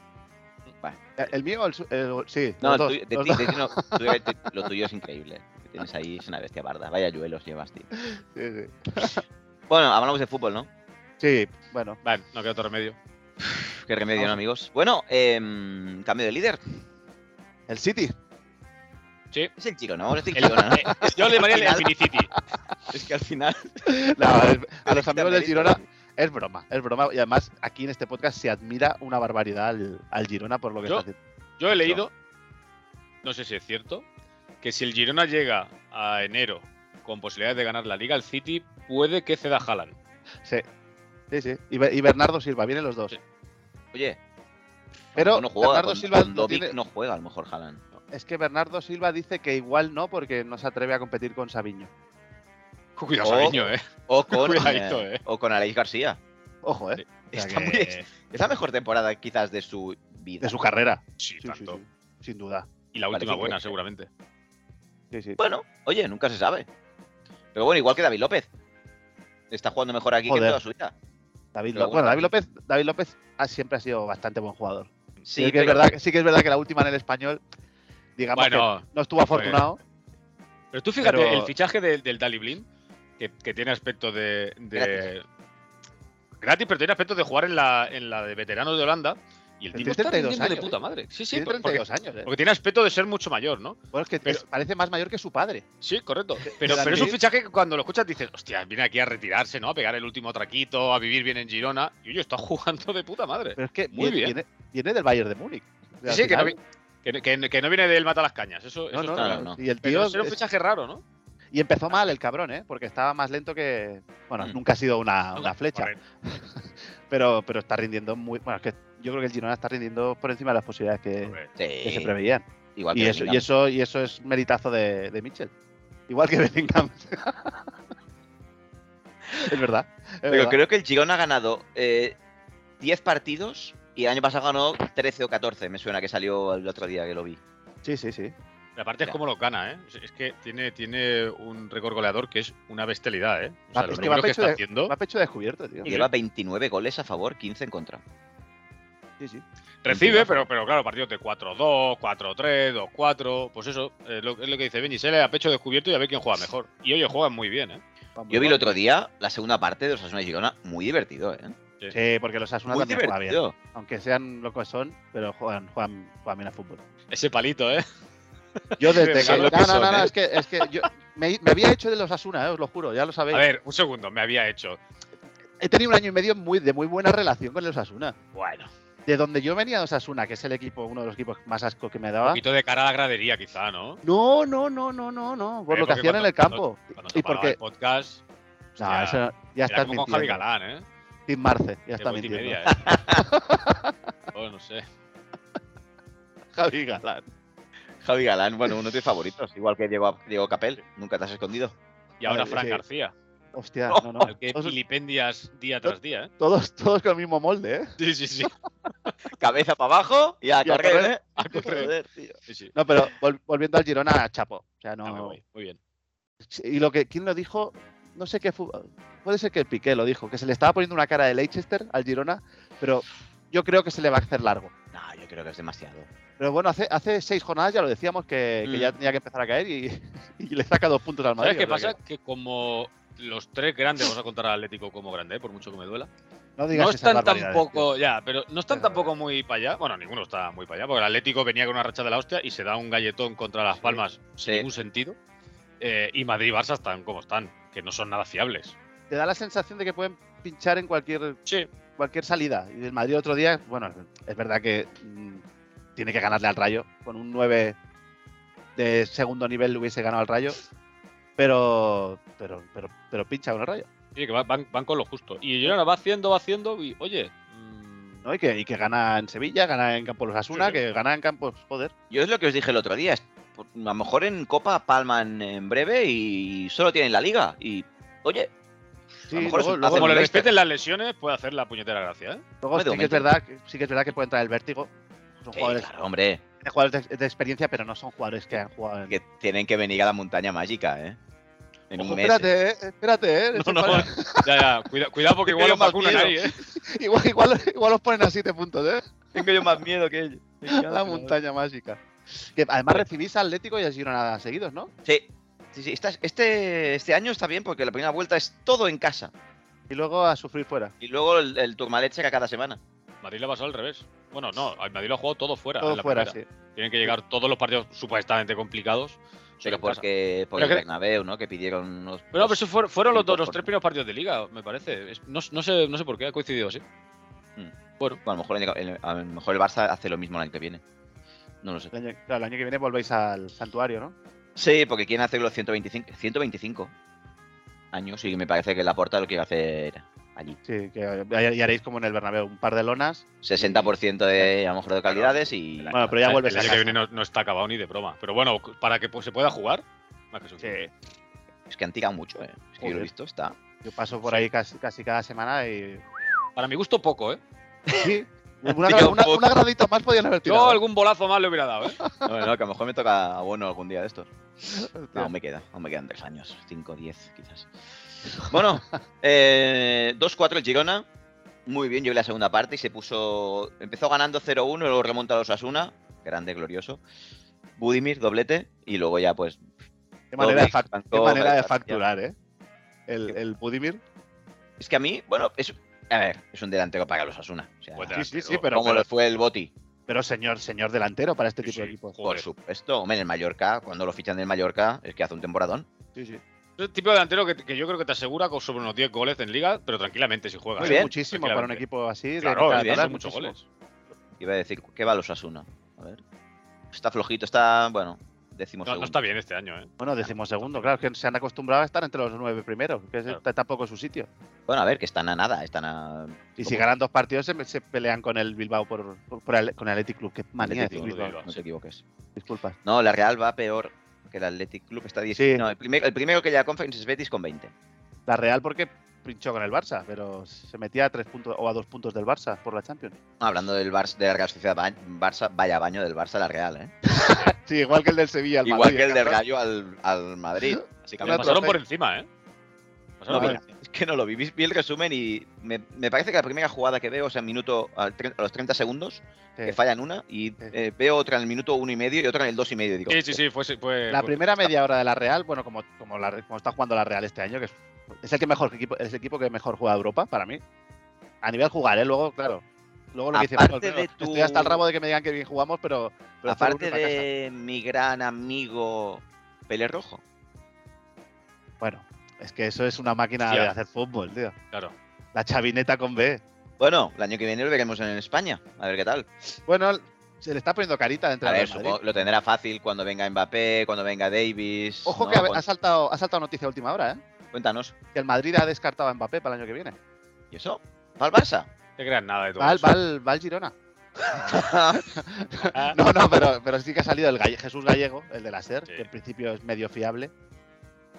[SPEAKER 5] Vale.
[SPEAKER 3] Eh, ¿El mío o el, su- el- Sí,
[SPEAKER 5] No,
[SPEAKER 3] los
[SPEAKER 5] el
[SPEAKER 3] dos,
[SPEAKER 5] tuyo- de
[SPEAKER 3] los
[SPEAKER 5] ti- de ti no, tuyo- de- lo tuyo es increíble. Lo que tienes ahí es una bestia barda. Vaya yuelos llevas, tío.
[SPEAKER 3] dos. Sí, sí.
[SPEAKER 5] Bueno, hablamos de fútbol, ¿no?
[SPEAKER 3] Sí, bueno.
[SPEAKER 2] Vale, no queda otro remedio.
[SPEAKER 5] Pf, Qué remedio, ¿no, amigos? Bueno, em, cambio de líder.
[SPEAKER 3] El City. [laughs]
[SPEAKER 5] Es el chico, ¿no? Vamos a decir
[SPEAKER 2] El-
[SPEAKER 5] Girona, ¿no?
[SPEAKER 2] eh, yo le llamaría el Infinity.
[SPEAKER 5] Es que al final...
[SPEAKER 3] No,
[SPEAKER 5] [laughs]
[SPEAKER 3] a- a los amigos del
[SPEAKER 5] del
[SPEAKER 3] Girona Es broma, es broma. Y además, aquí en este podcast se admira una barbaridad al, al Girona por lo que
[SPEAKER 2] Yo-
[SPEAKER 3] está haciendo.
[SPEAKER 2] Yo he leído, no sé si es cierto, que si el Girona llega a enero con posibilidades de ganar la Liga, el City puede que ceda a Haaland.
[SPEAKER 3] Sí, sí. sí. Y, Be- y Bernardo Silva, vienen los dos.
[SPEAKER 2] Sí.
[SPEAKER 5] Oye,
[SPEAKER 3] Pero
[SPEAKER 5] no juega.
[SPEAKER 3] Bernardo
[SPEAKER 5] con-
[SPEAKER 3] Silva
[SPEAKER 5] con
[SPEAKER 3] no
[SPEAKER 5] Dobic
[SPEAKER 3] tiene-
[SPEAKER 5] no juega, a lo mejor Haaland.
[SPEAKER 3] es que Bernardo Silva dice que igual no porque no se atreve a competir con Sabiño.
[SPEAKER 2] Cuidado,
[SPEAKER 5] Oh.
[SPEAKER 2] Sabiño, ¿eh?
[SPEAKER 3] [laughs]
[SPEAKER 5] O con,
[SPEAKER 2] Cuidadito,
[SPEAKER 5] eh,
[SPEAKER 2] eh.
[SPEAKER 5] o con Aleix García.
[SPEAKER 3] Ojo,
[SPEAKER 2] Sí.
[SPEAKER 3] ¿eh? O sea
[SPEAKER 5] Está
[SPEAKER 3] que-
[SPEAKER 5] muy- Es la mejor temporada quizás de su vida.
[SPEAKER 3] De su carrera.
[SPEAKER 2] Sí,
[SPEAKER 3] Sí, sí,
[SPEAKER 2] tanto.
[SPEAKER 3] sí, Sin duda.
[SPEAKER 2] Y la
[SPEAKER 5] Vale,
[SPEAKER 2] última
[SPEAKER 5] sí,
[SPEAKER 2] buena,
[SPEAKER 5] creo que-
[SPEAKER 2] seguramente.
[SPEAKER 3] Sí, sí.
[SPEAKER 5] Bueno, oye, nunca se sabe. Pero bueno, igual que David López. Está jugando mejor aquí que
[SPEAKER 3] Joder.
[SPEAKER 5] en toda su vida.
[SPEAKER 3] David,
[SPEAKER 5] Pero
[SPEAKER 3] Ló- bueno,
[SPEAKER 5] bueno,
[SPEAKER 3] David López, David López ha- siempre ha sido bastante buen jugador. Sí, que es
[SPEAKER 5] pero-
[SPEAKER 3] verdad, que- sí que es verdad que la última en el español, digamos
[SPEAKER 2] Bueno, pues,
[SPEAKER 3] que no estuvo
[SPEAKER 2] fue-
[SPEAKER 3] afortunado.
[SPEAKER 2] pero tú fíjate,
[SPEAKER 3] pero-
[SPEAKER 2] el fichaje del, del Dali Blind, que, que tiene aspecto de. de- Gratis, pero tiene aspectos de jugar en la, en la de veteranos de Holanda. Y el
[SPEAKER 3] Pero
[SPEAKER 2] tipo
[SPEAKER 3] tiene
[SPEAKER 2] está
[SPEAKER 3] 32
[SPEAKER 2] rindiendo de
[SPEAKER 3] años, eh.
[SPEAKER 2] puta madre. Sí, sí,
[SPEAKER 3] Tiene
[SPEAKER 2] porque,
[SPEAKER 3] 32 años, ¿eh?
[SPEAKER 2] porque tiene aspecto de ser mucho mayor, ¿no?
[SPEAKER 3] Bueno, es que
[SPEAKER 2] pero-
[SPEAKER 3] es- parece más mayor que su padre.
[SPEAKER 2] Sí, correcto. Pero,
[SPEAKER 3] Pero
[SPEAKER 2] pero es un
[SPEAKER 3] también-
[SPEAKER 2] fichaje que cuando lo escuchas dices, hostia, viene aquí a retirarse, ¿no? A pegar el último traquito, a vivir bien en Girona. Y oye, está [laughs] jugando de puta madre.
[SPEAKER 3] Pero es que
[SPEAKER 2] Muy
[SPEAKER 3] viene,
[SPEAKER 2] bien.
[SPEAKER 3] Viene, viene del Bayern de Múnich. O sea,
[SPEAKER 2] Sí, sí,
[SPEAKER 3] al
[SPEAKER 2] que no,
[SPEAKER 3] final-
[SPEAKER 2] vi- que- que- que no viene del mata las cañas. Eso, eso
[SPEAKER 3] no, no,
[SPEAKER 2] está
[SPEAKER 5] no,
[SPEAKER 2] claro.
[SPEAKER 5] no.
[SPEAKER 3] Y el
[SPEAKER 2] Pero
[SPEAKER 3] tío.
[SPEAKER 2] será un
[SPEAKER 3] es-
[SPEAKER 2] fichaje raro, ¿no?
[SPEAKER 3] y empezó mal el cabrón, ¿eh? Porque estaba más lento que. Bueno,
[SPEAKER 5] Mm.
[SPEAKER 3] nunca ha sido una, una flecha.
[SPEAKER 2] Correcto.
[SPEAKER 3] Pero, pero está rindiendo muy. Bueno, es que yo creo que el Girona está rindiendo por encima de las posibilidades que,
[SPEAKER 2] Hombre,
[SPEAKER 5] Sí,
[SPEAKER 3] que se preveían.
[SPEAKER 5] igual
[SPEAKER 3] Y
[SPEAKER 5] que
[SPEAKER 3] eso, y,
[SPEAKER 5] Bellingham.
[SPEAKER 3] eso, y eso es meritazo de, de Mitchell. Igual que
[SPEAKER 5] [laughs]
[SPEAKER 3] Bellingham. es verdad. es
[SPEAKER 5] Pero
[SPEAKER 3] verdad.
[SPEAKER 5] creo que el Girona ha ganado eh, 10 partidos y el año pasado ganó 13 o 14, me suena que salió el otro día que lo vi.
[SPEAKER 3] Sí, sí, sí.
[SPEAKER 2] Y aparte es como lo gana, ¿eh? Es- Es que tiene, tiene un récord goleador que es una bestialidad, ¿eh?
[SPEAKER 3] Va-
[SPEAKER 2] O sea, los
[SPEAKER 3] es que va
[SPEAKER 2] números que
[SPEAKER 3] pecho
[SPEAKER 2] está
[SPEAKER 3] de-
[SPEAKER 2] haciendo.
[SPEAKER 3] Va a pecho descubierto, tío.
[SPEAKER 5] Y lleva 29 goles a favor, 15 en contra.
[SPEAKER 3] Sí, sí.
[SPEAKER 2] Recibe, pero, pero claro, partidos de 4-2, 4-3, 2-4. Pues eso, eh, lo- es lo que dice Benji. Sale a pecho descubierto y a ver quién juega mejor. Y oye, juegan muy bien, ¿eh?
[SPEAKER 3] Vamos,
[SPEAKER 5] Yo vi el
[SPEAKER 3] vamos.
[SPEAKER 5] otro día la segunda parte de Osasuna y Girona, muy divertido, ¿eh?
[SPEAKER 3] Sí, porque los Asuna
[SPEAKER 5] muy
[SPEAKER 3] también juegan bien.
[SPEAKER 5] divertido.
[SPEAKER 3] Aunque sean lo que son, pero juegan, juegan, juegan bien a fútbol.
[SPEAKER 2] Ese palito, ¿eh?
[SPEAKER 3] Yo desde que.
[SPEAKER 2] Son
[SPEAKER 3] No,
[SPEAKER 2] lo que
[SPEAKER 3] no,
[SPEAKER 2] son,
[SPEAKER 3] no, no,
[SPEAKER 2] ¿eh?
[SPEAKER 3] es que, es que yo me, me había hecho de los Asuna, eh, os lo juro, ya lo
[SPEAKER 2] A
[SPEAKER 3] sabéis.
[SPEAKER 2] ver, un segundo, me había hecho.
[SPEAKER 3] He tenido un año y medio muy, de muy buena relación con los Asuna.
[SPEAKER 2] Bueno, un
[SPEAKER 3] De donde yo venía de Osasuna, que es el equipo, uno de los equipos más asco que me daba.
[SPEAKER 2] poquito de cara a la gradería, quizá, ¿no?
[SPEAKER 3] No, no, no, no, no, no. Por
[SPEAKER 2] Eh,
[SPEAKER 3] lo que
[SPEAKER 2] porque
[SPEAKER 3] hacían en
[SPEAKER 2] cuando-
[SPEAKER 3] el campo.
[SPEAKER 2] Cuando
[SPEAKER 3] Y
[SPEAKER 2] se paraba
[SPEAKER 3] porque-
[SPEAKER 2] el podcast.
[SPEAKER 3] No,
[SPEAKER 2] hostia,
[SPEAKER 3] eso ya
[SPEAKER 2] era
[SPEAKER 3] estás
[SPEAKER 2] como con Javi
[SPEAKER 3] mintiendo.
[SPEAKER 2] Galán, ¿eh?
[SPEAKER 3] Tim Marce, ya
[SPEAKER 2] de
[SPEAKER 3] está mintiendo.
[SPEAKER 2] multimedia, ¿eh? Oh, no sé.
[SPEAKER 3] [laughs] Javi Galán.
[SPEAKER 5] Javi Galán, bueno, uno de tus favoritos, igual que Diego, Diego Capel, nunca te has escondido.
[SPEAKER 2] Y ahora
[SPEAKER 3] Vale,
[SPEAKER 2] Fran
[SPEAKER 3] sí. Oh,
[SPEAKER 2] García,
[SPEAKER 3] Hostia, no, no.
[SPEAKER 2] al que
[SPEAKER 3] Todos,
[SPEAKER 2] filipendias día tras día, ¿eh?
[SPEAKER 3] todos, todos con el mismo molde, ¿eh?
[SPEAKER 2] Sí, sí, sí.
[SPEAKER 5] Cabeza para abajo y a
[SPEAKER 3] Y a
[SPEAKER 5] correr,
[SPEAKER 2] A
[SPEAKER 5] ¿eh?
[SPEAKER 2] correr.
[SPEAKER 5] Joder, tío.
[SPEAKER 2] Sí, sí.
[SPEAKER 3] No, pero vol- volviendo al Girona, chapo. O sea,
[SPEAKER 2] Ya me
[SPEAKER 3] no.
[SPEAKER 2] voy. Muy bien.
[SPEAKER 3] Y lo que. ¿Quién lo dijo? No sé qué. fu- Puede ser que el Piqué lo dijo, que se le estaba poniendo una cara de Leicester al Girona, pero yo creo que se le va a hacer largo.
[SPEAKER 5] No, yo creo que es demasiado.
[SPEAKER 3] Pero bueno, hace, hace seis jornadas ya lo decíamos que, que
[SPEAKER 2] Mm.
[SPEAKER 3] ya tenía que empezar a caer y, [laughs] y le saca dos puntos al Madrid.
[SPEAKER 2] ¿Sabes qué
[SPEAKER 3] o sea
[SPEAKER 2] pasa? Que como los tres grandes, vamos a contar al Atlético como grande, ¿eh? por mucho que me duela,
[SPEAKER 3] que No digas
[SPEAKER 2] no
[SPEAKER 3] esas
[SPEAKER 2] están
[SPEAKER 3] barbaridades,
[SPEAKER 2] tampoco, ya, pero no están
[SPEAKER 3] Ya.
[SPEAKER 2] tampoco muy para allá. Bueno, ninguno está muy para allá, porque el Atlético venía con una racha de la hostia y se da un galletón contra las Palmas
[SPEAKER 5] Sí.
[SPEAKER 2] sin ningún sentido. Eh, y Madrid y Barça están como están, que no son nada fiables.
[SPEAKER 3] tío. Te da la sensación de que pueden pinchar en cualquier
[SPEAKER 2] Sí,
[SPEAKER 3] cualquier salida. Y el Madrid otro día, bueno, es verdad que mm, tiene que ganarle al Rayo. Con un 9 de segundo nivel le hubiese ganado al Rayo. Pero, pero, pero, pero pincha con el Rayo.
[SPEAKER 2] sí que va- van, van con lo justo. Y Girona va haciendo, va haciendo, y oye. mm,
[SPEAKER 3] ¿no? Y, que, y que gana en Sevilla, gana en Campos los Asuna,
[SPEAKER 2] Sí, sí.
[SPEAKER 3] que gana en Campos, joder.
[SPEAKER 5] Yo es lo que os dije el otro día. es- por- A lo mejor en Copa palman en breve y solo tienen la liga. Y, oye,
[SPEAKER 3] Sí,
[SPEAKER 5] A lo mejor
[SPEAKER 3] luego,
[SPEAKER 5] es un
[SPEAKER 3] luego-
[SPEAKER 5] paso
[SPEAKER 2] Como le
[SPEAKER 5] Leicester.
[SPEAKER 2] respeten las lesiones, puede hacer la puñetera gracia, ¿eh?
[SPEAKER 3] luego sí,
[SPEAKER 5] de
[SPEAKER 3] que es
[SPEAKER 5] momento.
[SPEAKER 3] verdad, que- sí que es verdad que puede entrar el vértigo. Son
[SPEAKER 5] sí,
[SPEAKER 3] jugadores,
[SPEAKER 5] eh, claro, hombre,
[SPEAKER 3] de jugadores de, de experiencia, pero no son jugadores que han jugado en.
[SPEAKER 5] que tienen que venir a la montaña mágica, ¿eh? En
[SPEAKER 3] Ojo,
[SPEAKER 5] un mes. [laughs]
[SPEAKER 3] espérate, eh, espérate, eh,
[SPEAKER 2] No,
[SPEAKER 3] estos
[SPEAKER 2] no,
[SPEAKER 3] jugadores-
[SPEAKER 2] [laughs] ya, ya, cuida- cuidado porque igual
[SPEAKER 5] Tengo
[SPEAKER 2] los
[SPEAKER 5] más
[SPEAKER 2] vacunan
[SPEAKER 5] miedo.
[SPEAKER 2] ahí, ¿eh?
[SPEAKER 3] igual, igual, igual los ponen a 7 puntos, ¿eh?
[SPEAKER 5] Tengo yo más miedo que ellos.
[SPEAKER 2] [laughs]
[SPEAKER 3] la montaña mágica. Que además recibís a Atlético y a Girona seguidos, ¿no?
[SPEAKER 5] Sí, sí, sí, esta- este, este año está bien porque la primera vuelta es todo en casa.
[SPEAKER 3] Y luego a sufrir fuera.
[SPEAKER 5] Y luego el, el Turmalet checa cada semana.
[SPEAKER 2] Madrid le ha pasado al revés. Bueno, no, al Madrid lo ha jugado todo fuera. en
[SPEAKER 3] Todo
[SPEAKER 2] la
[SPEAKER 3] fuera,
[SPEAKER 2] primera.
[SPEAKER 3] sí.
[SPEAKER 2] Tienen que llegar todos los partidos supuestamente complicados.
[SPEAKER 5] Pero
[SPEAKER 2] pero en casa.
[SPEAKER 5] porque por el
[SPEAKER 2] que-
[SPEAKER 5] Bernabéu, ¿no? Que pidieron unos.
[SPEAKER 2] Pero, no, pero eso fueron, fueron los,
[SPEAKER 5] Cinco
[SPEAKER 2] dos, los
[SPEAKER 5] por-
[SPEAKER 2] tres primeros partidos de liga, me parece. Es- no, no sé, no sé por qué ha coincidido así.
[SPEAKER 5] Bueno, a, lo mejor el, a lo mejor el Barça hace lo mismo el año que viene. No lo sé.
[SPEAKER 3] El año, claro, el año que viene volvéis al santuario, ¿no?
[SPEAKER 5] Sí, porque quieren hacer los 125, 125 años y me parece que la porta lo quiere hacer allí.
[SPEAKER 3] Sí, que ya- ya haréis como en el Bernabéu, un par de lonas.
[SPEAKER 5] 60% de a lo mejor de calidades y.
[SPEAKER 3] Bueno, pero ya
[SPEAKER 2] El-
[SPEAKER 3] vuelves
[SPEAKER 2] el
[SPEAKER 3] a
[SPEAKER 2] año que
[SPEAKER 3] casa.
[SPEAKER 2] viene no, no está acabado ni de broma. Pero bueno, para que pues, se pueda jugar, más que suficiente.
[SPEAKER 3] Sí,
[SPEAKER 5] Es que han tirado mucho, ¿eh? Es que yo lo
[SPEAKER 3] Joder.
[SPEAKER 5] he visto, está.
[SPEAKER 3] yo paso por ahí casi, casi cada semana
[SPEAKER 2] [laughs]
[SPEAKER 3] y.
[SPEAKER 2] Para mi gusto, poco, ¿eh?
[SPEAKER 3] Sí, una,
[SPEAKER 5] Tira un
[SPEAKER 3] una,
[SPEAKER 5] poco.
[SPEAKER 3] una gradita más podían haber
[SPEAKER 2] Yo
[SPEAKER 3] tirado. ¿eh?
[SPEAKER 2] algún bolazo más le hubiera dado, ¿eh?
[SPEAKER 5] No, no, que a lo mejor me toca abono algún día de estos. No,
[SPEAKER 3] Hostia.
[SPEAKER 5] aún me queda, aún me quedan tres años, cinco, diez quizás.
[SPEAKER 3] [laughs]
[SPEAKER 5] Bueno, eh, 2-4 el Girona. Muy bien, yo vi la segunda parte y se puso. Empezó ganando 0-1, luego remonta a los Asuna. Grande, glorioso. Budimir, doblete. Y luego ya, pues.
[SPEAKER 3] qué manera, de,
[SPEAKER 5] Dobrik,
[SPEAKER 3] fac- qué
[SPEAKER 5] Pancó,
[SPEAKER 3] manera de
[SPEAKER 5] García.
[SPEAKER 3] facturar, ¿eh? El, el Budimir.
[SPEAKER 5] Es que a mí, bueno, es, A ver, es un delantero para los Asuna. O sea,
[SPEAKER 2] Pues
[SPEAKER 3] Sí, sí, sí,
[SPEAKER 2] delantero.
[SPEAKER 3] pero,
[SPEAKER 5] como
[SPEAKER 3] pero,
[SPEAKER 5] lo fue el Boti,
[SPEAKER 3] pero señor, señor delantero para este
[SPEAKER 2] Sí,
[SPEAKER 3] tipo de
[SPEAKER 2] sí,
[SPEAKER 3] equipos.
[SPEAKER 2] joder.
[SPEAKER 5] por supuesto. Hombre, en el Mallorca, cuando lo fichan del Mallorca, es que hace un temporadón.
[SPEAKER 3] Sí, sí.
[SPEAKER 2] Es el tipo de delantero que, que yo creo que te asegura con sobre unos 10 goles en liga, pero tranquilamente si juega.
[SPEAKER 5] Muy
[SPEAKER 2] ¿eh?
[SPEAKER 5] bien.
[SPEAKER 3] Muchísimo para un equipo así. de
[SPEAKER 2] Claro,
[SPEAKER 3] mitad
[SPEAKER 2] bien,
[SPEAKER 3] tabla,
[SPEAKER 2] son muchos
[SPEAKER 3] muchísimo.
[SPEAKER 2] goles.
[SPEAKER 5] Iba a decir, ¿qué va los Asuna? A ver. Está flojito, está, bueno, decimos
[SPEAKER 2] No, no está bien este año, ¿eh?
[SPEAKER 3] Bueno, decimos segundo, claro, es que se han acostumbrado a estar entre los nueve primeros, que ese
[SPEAKER 2] Claro.
[SPEAKER 3] t- tampoco es su sitio.
[SPEAKER 5] Bueno, a ver, que están a nada, están
[SPEAKER 2] Ah,
[SPEAKER 5] a.
[SPEAKER 3] Y si ganan dos partidos, se, se pelean con el Bilbao por, por- por el, con el Athletic Club. Qué manía de
[SPEAKER 5] Athletic
[SPEAKER 3] decir
[SPEAKER 2] Club,
[SPEAKER 3] Bilbao,
[SPEAKER 5] No te equivoques.
[SPEAKER 3] disculpas.
[SPEAKER 5] No, la Real va peor que el Athletic Club. Está 10.
[SPEAKER 3] Sí.
[SPEAKER 5] No, el, primer- el primero que llega a Conference es Betis con 20.
[SPEAKER 3] La Real porque pinchó con el Barça, pero se metía a tres puntos o a dos puntos del Barça por la Champions.
[SPEAKER 5] No, hablando del Barça, de la Real Sociedad ba- Barça, vaya baño del Barça a la Real, ¿eh?
[SPEAKER 3] Sí, igual que el del Sevilla. al
[SPEAKER 5] Igual
[SPEAKER 3] Madrid,
[SPEAKER 5] que el del
[SPEAKER 3] cabrón.
[SPEAKER 5] Rayo al, al Madrid.
[SPEAKER 3] [laughs]
[SPEAKER 5] Así que
[SPEAKER 2] Le
[SPEAKER 3] Una
[SPEAKER 5] hablamos-
[SPEAKER 2] pasaron
[SPEAKER 3] trofeo.
[SPEAKER 2] por encima, ¿eh? Pasaron
[SPEAKER 5] No,
[SPEAKER 2] por
[SPEAKER 3] Vale.
[SPEAKER 5] mira, es que no lo vi. Vi vi el resumen y me, me parece que la primera jugada que veo es en minuto al tre- a los 30 segundos,
[SPEAKER 3] Sí.
[SPEAKER 5] que fallan una, y eh, veo otra en el minuto uno y medio y otra en el dos y medio. Digo,
[SPEAKER 2] Sí, sí, sí, fue. fue-
[SPEAKER 3] La
[SPEAKER 2] fue-
[SPEAKER 3] primera media hora de la Real, bueno, como, como, la- como está jugando la Real este año, que es, es el que mejor equipo, es el equipo que mejor juega Europa para mí. A nivel jugar, ¿eh? luego, claro. Luego lo que dice
[SPEAKER 5] Aparte
[SPEAKER 3] Manuel,
[SPEAKER 5] de
[SPEAKER 3] claro, estoy
[SPEAKER 5] tu-
[SPEAKER 3] hasta el rabo de que me digan que bien jugamos, pero, pero hacer
[SPEAKER 5] aparte
[SPEAKER 3] uno para casa.
[SPEAKER 5] de mi gran amigo Pelerrojo.
[SPEAKER 3] Bueno, es que eso es una máquina
[SPEAKER 2] Hostia.
[SPEAKER 3] de hacer fútbol, tío.
[SPEAKER 2] Claro.
[SPEAKER 3] La chavineta con B.
[SPEAKER 5] Bueno, el año que viene lo veremos en España, a ver qué tal.
[SPEAKER 3] Bueno, se le está poniendo carita dentro
[SPEAKER 5] A
[SPEAKER 3] de
[SPEAKER 5] ver,
[SPEAKER 3] Madrid.
[SPEAKER 5] supongo- lo tendrá fácil cuando venga Mbappé, cuando venga Davis.
[SPEAKER 3] Ojo
[SPEAKER 5] ¿no? pues
[SPEAKER 3] que ha,
[SPEAKER 5] Cu-
[SPEAKER 3] ha saltado, ha saltado noticia a última hora, ¿eh?
[SPEAKER 5] Cuéntanos.
[SPEAKER 3] Que el Madrid ha descartado a Mbappé para el año que viene.
[SPEAKER 5] ¿Y eso? ¿Va
[SPEAKER 3] [laughs]
[SPEAKER 5] al Barça?
[SPEAKER 2] No te creas nada de todo.
[SPEAKER 3] Va, al-
[SPEAKER 2] eso.
[SPEAKER 3] va al- va al Girona.
[SPEAKER 2] Ah,
[SPEAKER 3] No, no, pero, pero sí que ha salido el Galle- Jesús Gallego, el de la SER,
[SPEAKER 2] Sí.
[SPEAKER 3] que en principio es medio fiable.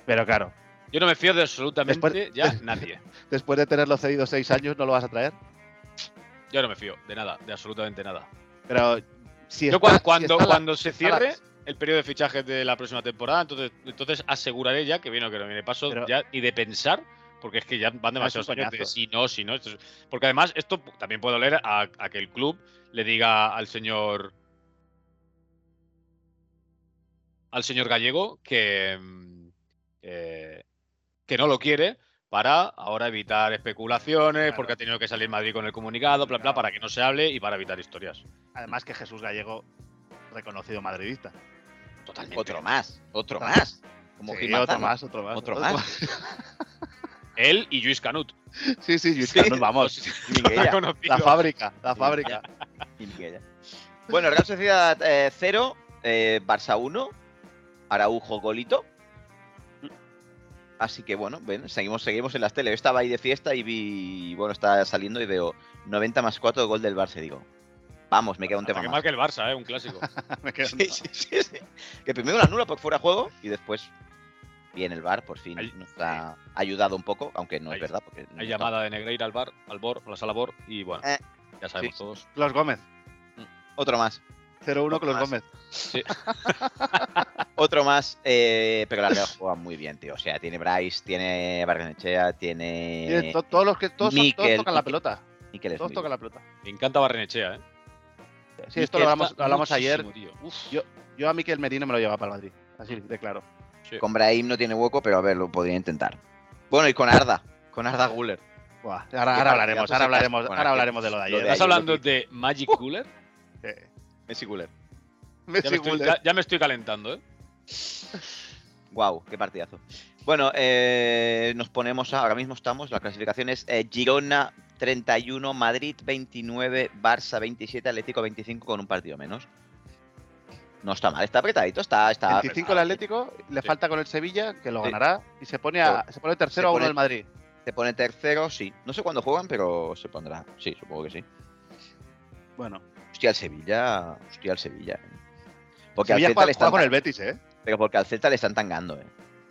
[SPEAKER 3] Pero claro,
[SPEAKER 2] Yo no me fío de absolutamente
[SPEAKER 3] Después-
[SPEAKER 2] ya nadie.
[SPEAKER 3] después de tenerlo cedido seis años, no lo vas a traer.
[SPEAKER 2] Yo no me fío de nada, de absolutamente nada.
[SPEAKER 3] Pero si
[SPEAKER 2] Yo
[SPEAKER 3] está-
[SPEAKER 2] cua-
[SPEAKER 3] si
[SPEAKER 2] cuando,
[SPEAKER 3] está la-
[SPEAKER 2] cuando se
[SPEAKER 3] está la-
[SPEAKER 2] cierre el periodo de fichajes de la próxima temporada, entonces, entonces aseguraré ya que viene o que no viene paso
[SPEAKER 3] Pero- Ah,
[SPEAKER 2] ya y de pensar, porque es que ya van demasiados años de
[SPEAKER 3] coñazo.
[SPEAKER 2] si no, si no. esto es- porque además esto pu- también puede oler a, a que el club le diga al señor al señor gallego que, mm, eh, que no lo quiere para ahora evitar especulaciones,
[SPEAKER 3] Claro.
[SPEAKER 2] porque ha tenido que salir Madrid con el comunicado, bla, bla,
[SPEAKER 3] Claro.
[SPEAKER 2] para que no se hable y para evitar historias.
[SPEAKER 3] Además que Jesús Gallego, reconocido madridista.
[SPEAKER 2] Totalmente.
[SPEAKER 5] Otro más, otro
[SPEAKER 3] Otro
[SPEAKER 5] más. Como
[SPEAKER 3] Sí,
[SPEAKER 5] Gil
[SPEAKER 3] otro
[SPEAKER 5] Manzano.
[SPEAKER 3] más, otro más. [laughs]
[SPEAKER 5] Otro más.
[SPEAKER 2] Él y Luis Canut.
[SPEAKER 3] Sí, sí, Luis
[SPEAKER 5] Sí.
[SPEAKER 3] Carlos,
[SPEAKER 2] [laughs]
[SPEAKER 3] vamos.
[SPEAKER 5] Y Minguella,
[SPEAKER 3] La fábrica, la fábrica.
[SPEAKER 5] y Minguella. Bueno, Real Sociedad 0, Barça 1, Araujo golito. Así que bueno, ven, seguimos, seguimos en las tele. Yo estaba ahí de fiesta y vi, bueno, estaba saliendo y veo 90 más 4 gol del Barça. y Digo, vamos, me queda un tema
[SPEAKER 2] que
[SPEAKER 5] más.
[SPEAKER 2] marque el Barça, ¿eh? un clásico.
[SPEAKER 3] Me quedo-
[SPEAKER 5] Sí, sí, sí, sí. Que primero la anula porque fuera de juego y después viene el bar, por fin
[SPEAKER 2] Hay-
[SPEAKER 5] nos ha ayudado un poco, aunque no
[SPEAKER 2] Hay-
[SPEAKER 5] es verdad. Porque no
[SPEAKER 2] Hay
[SPEAKER 5] está-
[SPEAKER 2] llamada de Negreira al bar, al bor, a la sala bor, y bueno,
[SPEAKER 5] Eh,
[SPEAKER 2] ya sabemos
[SPEAKER 5] sí.
[SPEAKER 2] todos.
[SPEAKER 3] Los Gómez.
[SPEAKER 5] Otro más,
[SPEAKER 3] 0-1 con los
[SPEAKER 5] Más.
[SPEAKER 3] Gómez.
[SPEAKER 5] otro más, eh, pero la Real juega muy bien, tío. O sea, tiene Bryce, tiene Barrenechea, tiene.
[SPEAKER 3] Tiene to- todos los que todos, son- todos
[SPEAKER 5] Mikel,
[SPEAKER 3] tocan la
[SPEAKER 5] Mikel.
[SPEAKER 3] pelota.
[SPEAKER 5] Mikel
[SPEAKER 3] Todos
[SPEAKER 5] Smith.
[SPEAKER 3] tocan la pelota.
[SPEAKER 2] Me encanta Barrenechea, ¿eh?
[SPEAKER 3] Sí, esto
[SPEAKER 2] Mikel
[SPEAKER 3] lo hablamos,
[SPEAKER 2] está
[SPEAKER 3] lo hablamos ayer.
[SPEAKER 2] muchísimo, tío. Uf,
[SPEAKER 3] Yo, yo a Miquel Merino me lo llevaba para el Madrid. Así de claro.
[SPEAKER 2] sí.
[SPEAKER 5] Con Brahim no tiene hueco, pero a ver, lo podría intentar. Bueno, y con Arda, con Arda Guller.
[SPEAKER 3] Buah, pues ahora, ahora hablaremos, ahora hablaremos,
[SPEAKER 5] Bueno,
[SPEAKER 3] ahora
[SPEAKER 5] aquí-
[SPEAKER 3] hablaremos de lo de
[SPEAKER 5] lo
[SPEAKER 3] ayer.
[SPEAKER 2] ¿Estás
[SPEAKER 5] ahí,
[SPEAKER 2] hablando
[SPEAKER 5] lo
[SPEAKER 2] de Magic Cooler?
[SPEAKER 3] Eh,
[SPEAKER 5] Messi Guller.
[SPEAKER 3] Messi
[SPEAKER 2] Ya me, estoy,
[SPEAKER 3] Guller.
[SPEAKER 2] ya- ya me estoy calentando, ¿eh?
[SPEAKER 5] Wow, qué partidazo. Bueno, eh, nos ponemos a- ahora mismo estamos, la clasificación es eh, Girona 31, Madrid 29, Barça 27, Atlético 25 con un partido menos. No está mal, está apretadito, está, está
[SPEAKER 3] 25 el Atlético, le
[SPEAKER 2] Sí.
[SPEAKER 3] falta con el Sevilla, que lo
[SPEAKER 5] Sí.
[SPEAKER 3] ganará, y se pone, a, se pone tercero
[SPEAKER 5] Se
[SPEAKER 3] a
[SPEAKER 5] pone-
[SPEAKER 3] uno del Madrid.
[SPEAKER 5] Se pone tercero, sí. No sé cuándo juegan, pero se pondrá. Sí, supongo que sí.
[SPEAKER 3] Bueno,
[SPEAKER 5] Hostia, el Sevilla, hostia, el Sevilla. eh. Porque al
[SPEAKER 3] Sevilla
[SPEAKER 5] Celta
[SPEAKER 3] juega,
[SPEAKER 5] le
[SPEAKER 3] juega
[SPEAKER 5] están
[SPEAKER 3] con el
[SPEAKER 5] tan-
[SPEAKER 3] Betis, ¿eh.
[SPEAKER 5] pero porque al Celta le están tangando, eh.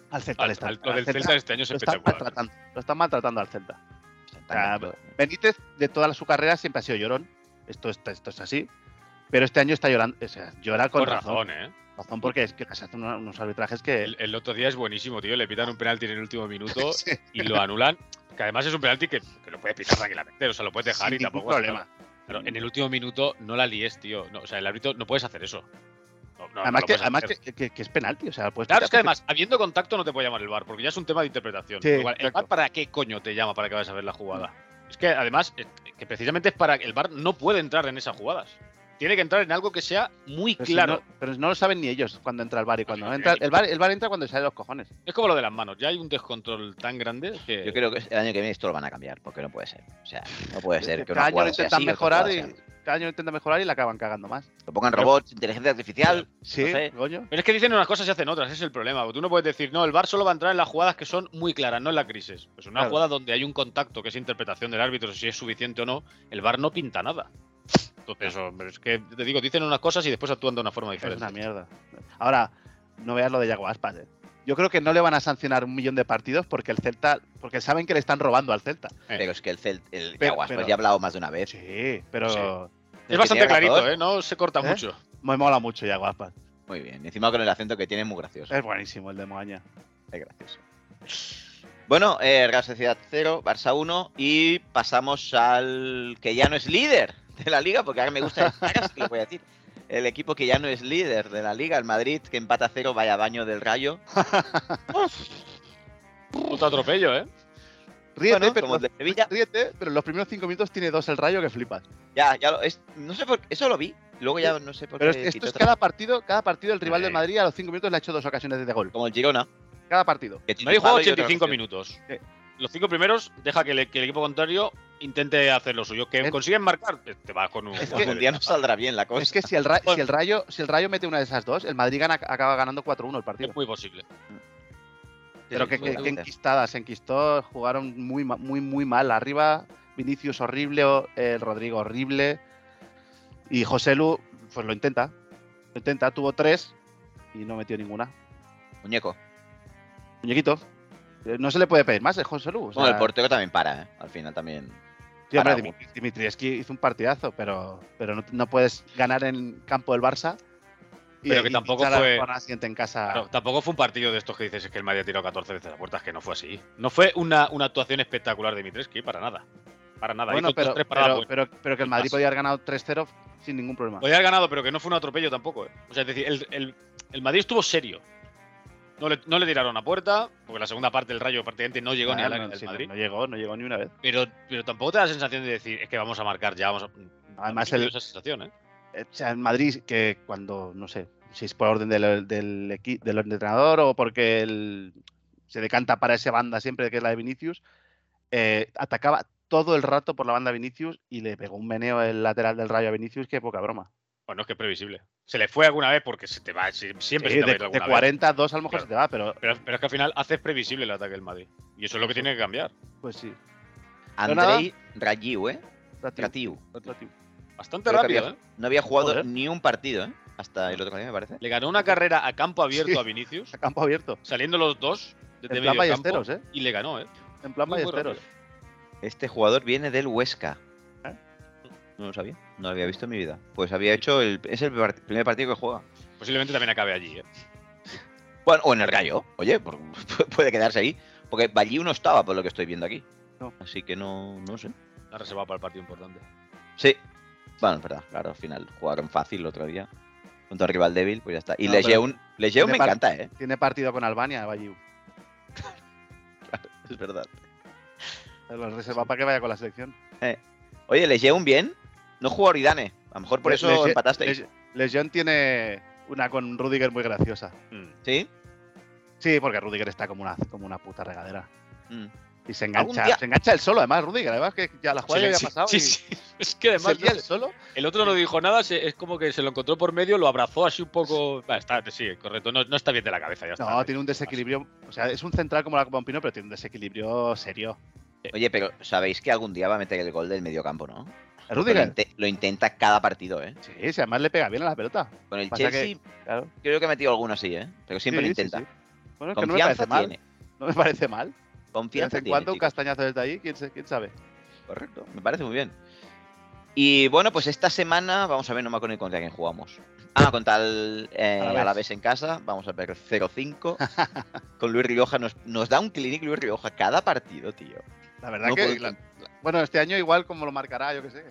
[SPEAKER 3] Al Celta
[SPEAKER 2] Al,
[SPEAKER 3] le están.
[SPEAKER 2] al- lo
[SPEAKER 3] al
[SPEAKER 2] del
[SPEAKER 3] Celta
[SPEAKER 2] Celta este año es
[SPEAKER 3] lo están
[SPEAKER 2] espectacular.
[SPEAKER 3] maltratando, lo están maltratando al Celta.
[SPEAKER 5] Están
[SPEAKER 3] Ah,
[SPEAKER 5] tangando, eh.
[SPEAKER 3] Benítez, de toda su carrera, siempre ha sido llorón. Esto, esto, esto es así. Pero este año está llorando, o sea, llora con,
[SPEAKER 2] Con
[SPEAKER 3] razón.
[SPEAKER 2] razón, ¿eh?
[SPEAKER 3] razón, porque es que se hacen una- unos arbitrajes que.
[SPEAKER 2] El, el otro día es buenísimo, tío. Le pitan un penalti en el último minuto
[SPEAKER 3] Sí,
[SPEAKER 2] y lo anulan. Que además es un penalti que, que lo puedes pitar tranquilamente, o sea, lo puedes dejar
[SPEAKER 3] sin
[SPEAKER 2] y
[SPEAKER 3] ningún
[SPEAKER 2] tampoco.
[SPEAKER 3] problema.
[SPEAKER 2] Pero en el último minuto no la líes, tío. No, o sea, el árbitro no puedes hacer eso. No- no- no
[SPEAKER 3] además
[SPEAKER 2] lo
[SPEAKER 3] que,
[SPEAKER 2] puedes
[SPEAKER 3] además
[SPEAKER 2] hacer.
[SPEAKER 3] que, que- que es penalti, o sea, pues.
[SPEAKER 2] Claro, es que además, habiendo contacto no te puede llamar el bar, porque ya es un tema de interpretación.
[SPEAKER 3] Sí,
[SPEAKER 2] Igual, ¿El
[SPEAKER 3] exacto.
[SPEAKER 2] bar para qué coño te llama para que vayas a ver la jugada? Es que además, eh, que precisamente es para que el bar no puede entrar en esas jugadas. Tiene que entrar en algo que sea muy
[SPEAKER 3] Pero si
[SPEAKER 2] claro.
[SPEAKER 3] no- pero no lo saben ni ellos cuando entra el bar y cuando
[SPEAKER 2] no,
[SPEAKER 3] no entra.
[SPEAKER 2] eh.
[SPEAKER 3] El bar, el bar entra cuando sale de los cojones.
[SPEAKER 2] Es como lo de las manos. Ya hay un descontrol tan grande que.
[SPEAKER 5] Yo creo que el año que viene esto lo van a cambiar, porque no puede ser. O sea, no puede ser que una
[SPEAKER 3] Cada este año lo
[SPEAKER 5] jugada sea
[SPEAKER 3] intentan
[SPEAKER 5] así, otra
[SPEAKER 3] mejorar
[SPEAKER 5] jugada
[SPEAKER 3] y.
[SPEAKER 5] sea-
[SPEAKER 3] Cada año lo intentan mejorar y la acaban cagando más.
[SPEAKER 5] Que pongan
[SPEAKER 2] Pero-
[SPEAKER 5] robots, inteligencia artificial.
[SPEAKER 3] Sí,
[SPEAKER 5] No sé.
[SPEAKER 3] coño.
[SPEAKER 2] Pero es que dicen unas cosas y hacen otras, ese es el problema. porque Tú no puedes decir, no, el VAR solo va a entrar en las jugadas que son muy claras, no en la crisis. Pues una
[SPEAKER 3] Claro.
[SPEAKER 2] jugada donde hay un contacto, que es interpretación del árbitro, si es suficiente o no, el VAR no pinta nada. Entonces, hombre, es que te digo, dicen unas cosas y después actúan de una forma
[SPEAKER 3] Es
[SPEAKER 2] diferente.
[SPEAKER 3] una mierda. Ahora, no veas lo de Yago Aspas, eh. Yo creo que no le van a sancionar un millón de partidos porque el Celta. Porque saben que le están robando al Celta.
[SPEAKER 5] Pero es que el Celt, el
[SPEAKER 3] eh. Pero-
[SPEAKER 5] Jaguars, pues
[SPEAKER 3] pero-
[SPEAKER 5] ya he hablado más de una vez.
[SPEAKER 3] Sí, pero.
[SPEAKER 2] Sí.
[SPEAKER 5] que
[SPEAKER 2] es bastante
[SPEAKER 5] tiene
[SPEAKER 2] clarito,
[SPEAKER 5] razón.
[SPEAKER 2] ¿eh? No se corta
[SPEAKER 3] ¿Eh?
[SPEAKER 2] mucho.
[SPEAKER 3] Me mola mucho Yago Aspas.
[SPEAKER 5] Muy bien. Encima con el acento que tiene, muy gracioso.
[SPEAKER 3] Es buenísimo el de Moaña.
[SPEAKER 5] Es gracioso. Bueno, eh, Real Sociedad 0, Barça 1 y pasamos al que ya no es líder de la liga, porque ahora me gusta, ahora sí que lo voy a decir. El equipo que ya no es líder de la liga, el Madrid, que empata a cero, vaya baño del rayo.
[SPEAKER 2] Puto atropello, ¿eh?
[SPEAKER 3] Ríete,
[SPEAKER 5] Bueno,
[SPEAKER 3] pero
[SPEAKER 5] como el de Sevilla,
[SPEAKER 3] Ríete, pero en los primeros cinco minutos tiene dos el rayo que flipas.
[SPEAKER 5] ya, ya lo, es- no sé por eso lo vi, luego ya no sé por
[SPEAKER 3] Pero
[SPEAKER 5] qué.
[SPEAKER 3] es- esto
[SPEAKER 5] quitó
[SPEAKER 3] es
[SPEAKER 5] otra-
[SPEAKER 3] cada partido, cada partido el rival
[SPEAKER 2] Sí.
[SPEAKER 3] del Madrid a los cinco minutos le ha hecho dos ocasiones de gol.
[SPEAKER 5] Como el Girona.
[SPEAKER 3] Cada partido.
[SPEAKER 5] que tiene
[SPEAKER 2] Madrid
[SPEAKER 5] un palo
[SPEAKER 2] juega
[SPEAKER 5] y otra
[SPEAKER 2] 85
[SPEAKER 5] opción.
[SPEAKER 2] minutos.
[SPEAKER 3] Sí.
[SPEAKER 2] Los cinco primeros deja que, le- que el equipo contrario intente hacer lo suyo. Que
[SPEAKER 3] Es-
[SPEAKER 2] consiguen marcar, eh, te- te vas con un...
[SPEAKER 3] Eh. Es que- [laughs]
[SPEAKER 5] Algún día no saldrá bien la cosa.
[SPEAKER 3] Es que si el, Ra-
[SPEAKER 2] Bueno.
[SPEAKER 3] si el rayo, si el rayo mete una de esas dos, el Madrid gana- acaba ganando 4-1 el partido.
[SPEAKER 2] Es muy posible.
[SPEAKER 3] Pero que, que-
[SPEAKER 5] puede
[SPEAKER 3] que
[SPEAKER 5] ser.
[SPEAKER 3] enquistada, se enquistó, jugaron muy, ma- muy, muy mal. Arriba, Vinicius horrible, o- el Rodrigo horrible. Y José Lu, pues lo intenta. Lo intenta, tuvo tres y no metió ninguna.
[SPEAKER 5] Muñeco.
[SPEAKER 3] Muñequito. eh, No se le puede pedir más, el José Lu. o
[SPEAKER 5] Bueno, el
[SPEAKER 3] sea,
[SPEAKER 5] portero también para, ¿eh? Al final también.
[SPEAKER 3] Sí, hombre,
[SPEAKER 5] Paramos.
[SPEAKER 3] Dimit- Dimitrievski hizo un partidazo, pero, pero no, no puedes ganar en campo del Barça.
[SPEAKER 2] Pero que tampoco
[SPEAKER 3] echar a la
[SPEAKER 2] fue-
[SPEAKER 3] jornada siguiente en casa.
[SPEAKER 2] Claro, tampoco fue un partido de estos que dices es que el Madrid ha tirado 14 veces a la puerta, es que no fue así. No fue una, una actuación espectacular de Mitreski, para nada. Para nada.
[SPEAKER 3] bueno,
[SPEAKER 2] Hizo
[SPEAKER 3] pero,
[SPEAKER 2] dos, tres paradas
[SPEAKER 3] pero,
[SPEAKER 2] buenas.
[SPEAKER 3] pero, pero que el
[SPEAKER 2] Y
[SPEAKER 3] Madrid
[SPEAKER 2] pasa.
[SPEAKER 3] podía haber ganado 3-0 sin ningún problema.
[SPEAKER 2] Podía haber ganado, pero que no fue un atropello tampoco. eh. O sea, es decir, el, el- el Madrid estuvo serio. No le, no le tiraron a puerta, porque la segunda parte del Rayo prácticamente no llegó ni
[SPEAKER 3] Ah,
[SPEAKER 2] al área
[SPEAKER 3] no,
[SPEAKER 2] del
[SPEAKER 3] sí, no,
[SPEAKER 2] Madrid.
[SPEAKER 3] no llegó, no llegó ni una vez.
[SPEAKER 2] Pero, pero tampoco te da la sensación de decir, es que vamos a marcar ya, vamos a...
[SPEAKER 3] Además,
[SPEAKER 2] No me
[SPEAKER 3] el-
[SPEAKER 2] dio esa sensación, ¿eh?
[SPEAKER 3] Eh, O sea, el Madrid, que cuando, no sé, si es por orden del, del, equi- del entrenador o porque el- se decanta para esa banda siempre que es la de Vinicius, eh, atacaba todo el rato por la banda Vinicius y le pegó un meneo el lateral del rayo a Vinicius, que poca broma.
[SPEAKER 2] Bueno, es que es previsible. Se le fue alguna vez porque se te va, si- siempre
[SPEAKER 3] Sí,
[SPEAKER 2] se te va a
[SPEAKER 3] de,
[SPEAKER 2] ir
[SPEAKER 3] de
[SPEAKER 2] alguna vez.
[SPEAKER 3] 40 a 2 a lo mejor
[SPEAKER 2] Claro.
[SPEAKER 3] se te va, pero
[SPEAKER 2] Pero, pero es que al final haces previsible el ataque del Madrid. Y eso es lo que tiene que cambiar.
[SPEAKER 3] pues sí. nada.
[SPEAKER 5] Andrei Rayiu, ¿eh?
[SPEAKER 3] Ratiu,
[SPEAKER 5] Ratiu.
[SPEAKER 3] Ratiu.
[SPEAKER 2] Bastante
[SPEAKER 5] Creo que
[SPEAKER 2] rápido,
[SPEAKER 5] había-
[SPEAKER 2] ¿eh?
[SPEAKER 5] No había jugado
[SPEAKER 3] Joder.
[SPEAKER 5] ni un partido, ¿eh? Hasta el otro día, me parece.
[SPEAKER 2] Le ganó una carrera a campo abierto
[SPEAKER 3] Sí.
[SPEAKER 2] a Vinicius,
[SPEAKER 3] A campo abierto.
[SPEAKER 2] saliendo los dos desde
[SPEAKER 3] En plan
[SPEAKER 2] medio campo,
[SPEAKER 3] ballesteros, ¿eh?
[SPEAKER 2] y le ganó, ¿eh?
[SPEAKER 3] En plan
[SPEAKER 2] Muy, muy
[SPEAKER 3] ballesteros.
[SPEAKER 5] Este jugador viene del Huesca.
[SPEAKER 3] ¿Eh?
[SPEAKER 5] No lo sabía. No lo había visto en mi vida. Pues había hecho el. Es el part- primer partido que juega.
[SPEAKER 2] Posiblemente también acabe allí, ¿eh?
[SPEAKER 5] Bueno, o en el Rayo. Oye, por- [laughs] puede quedarse ahí. Porque Balliu no estaba, por lo que estoy viendo aquí.
[SPEAKER 3] No.
[SPEAKER 5] Así que no, no sé.
[SPEAKER 2] Está reservado para el partido importante.
[SPEAKER 5] Sí. Bueno, es verdad, claro, al final jugaron fácil el otro día. Contra el rival débil, pues ya está. Y
[SPEAKER 3] No,
[SPEAKER 5] Lejeune, Lejeune
[SPEAKER 3] de
[SPEAKER 5] me
[SPEAKER 3] par-
[SPEAKER 5] encanta, ¿eh?
[SPEAKER 3] Tiene partido con Albania, Bayiu.
[SPEAKER 5] Es verdad.
[SPEAKER 3] Lo reserva para que vaya con la selección.
[SPEAKER 5] Oye, Lejeune bien. No jugó Oridane. A lo mejor por eso
[SPEAKER 3] Leje-
[SPEAKER 5] empatasteis.
[SPEAKER 3] Leje- Lejeune tiene una con Rudiger muy graciosa.
[SPEAKER 2] Mm.
[SPEAKER 5] ¿Sí?
[SPEAKER 3] Sí, porque Rudiger está como una, como una puta regadera.
[SPEAKER 5] Mm.
[SPEAKER 3] Y se
[SPEAKER 5] Algún
[SPEAKER 3] engancha,
[SPEAKER 5] día-
[SPEAKER 3] se engancha él solo, además, Rudiger. Además, que ya la jugada
[SPEAKER 2] Sí,
[SPEAKER 3] ya
[SPEAKER 2] sí,
[SPEAKER 3] había pasado.
[SPEAKER 2] sí,
[SPEAKER 3] y
[SPEAKER 2] sí. Es que
[SPEAKER 3] Se
[SPEAKER 2] además
[SPEAKER 3] lía él solo.
[SPEAKER 2] el otro no dijo nada, se- es como que se lo encontró por medio, lo abrazó así un poco. Va, está, sí, correcto, no, no está bien de la cabeza, ya está.
[SPEAKER 5] ¿eh?
[SPEAKER 2] ¿eh?
[SPEAKER 3] No, tiene un desequilibrio. O sea, es un central como la Copa Pino, pero tiene un desequilibrio serio.
[SPEAKER 5] Oye, pero sabéis que algún día va a meter el gol del mediocampo, ¿no? Lo,
[SPEAKER 3] Rudiger.
[SPEAKER 5] inte- lo intenta cada partido, ¿eh?
[SPEAKER 3] Sí, sí, además le pega bien a la pelota.
[SPEAKER 5] Con el
[SPEAKER 3] Pasa que-
[SPEAKER 5] Chelsea
[SPEAKER 3] Claro.
[SPEAKER 5] creo que ha metido alguno así, ¿eh? Pero siempre
[SPEAKER 3] Sí,
[SPEAKER 5] lo
[SPEAKER 3] sí,
[SPEAKER 5] intenta.
[SPEAKER 3] sí. Bueno, es que no me
[SPEAKER 5] Confianza
[SPEAKER 3] parece mal.
[SPEAKER 5] tiene.
[SPEAKER 3] No me parece mal. De vez
[SPEAKER 5] Confianza
[SPEAKER 3] en
[SPEAKER 5] tiene.
[SPEAKER 3] cuando un
[SPEAKER 5] chicos.
[SPEAKER 3] castañazo desde ahí, quién, se- quién sabe.
[SPEAKER 5] Correcto, me parece muy bien. Y bueno, pues esta semana, vamos a ver, no me acuerdo ni contra quién jugamos. Ah, contra el eh,
[SPEAKER 3] Alavés.
[SPEAKER 5] Alavés en casa, vamos a ver
[SPEAKER 3] [laughs]
[SPEAKER 5] 0-5. con Luis Rioja nos, nos da un clinic Luis Rioja cada partido, tío.
[SPEAKER 3] La verdad
[SPEAKER 5] No
[SPEAKER 3] que.
[SPEAKER 5] puedo-
[SPEAKER 3] la- bueno, este año igual como lo marcará, yo qué sé.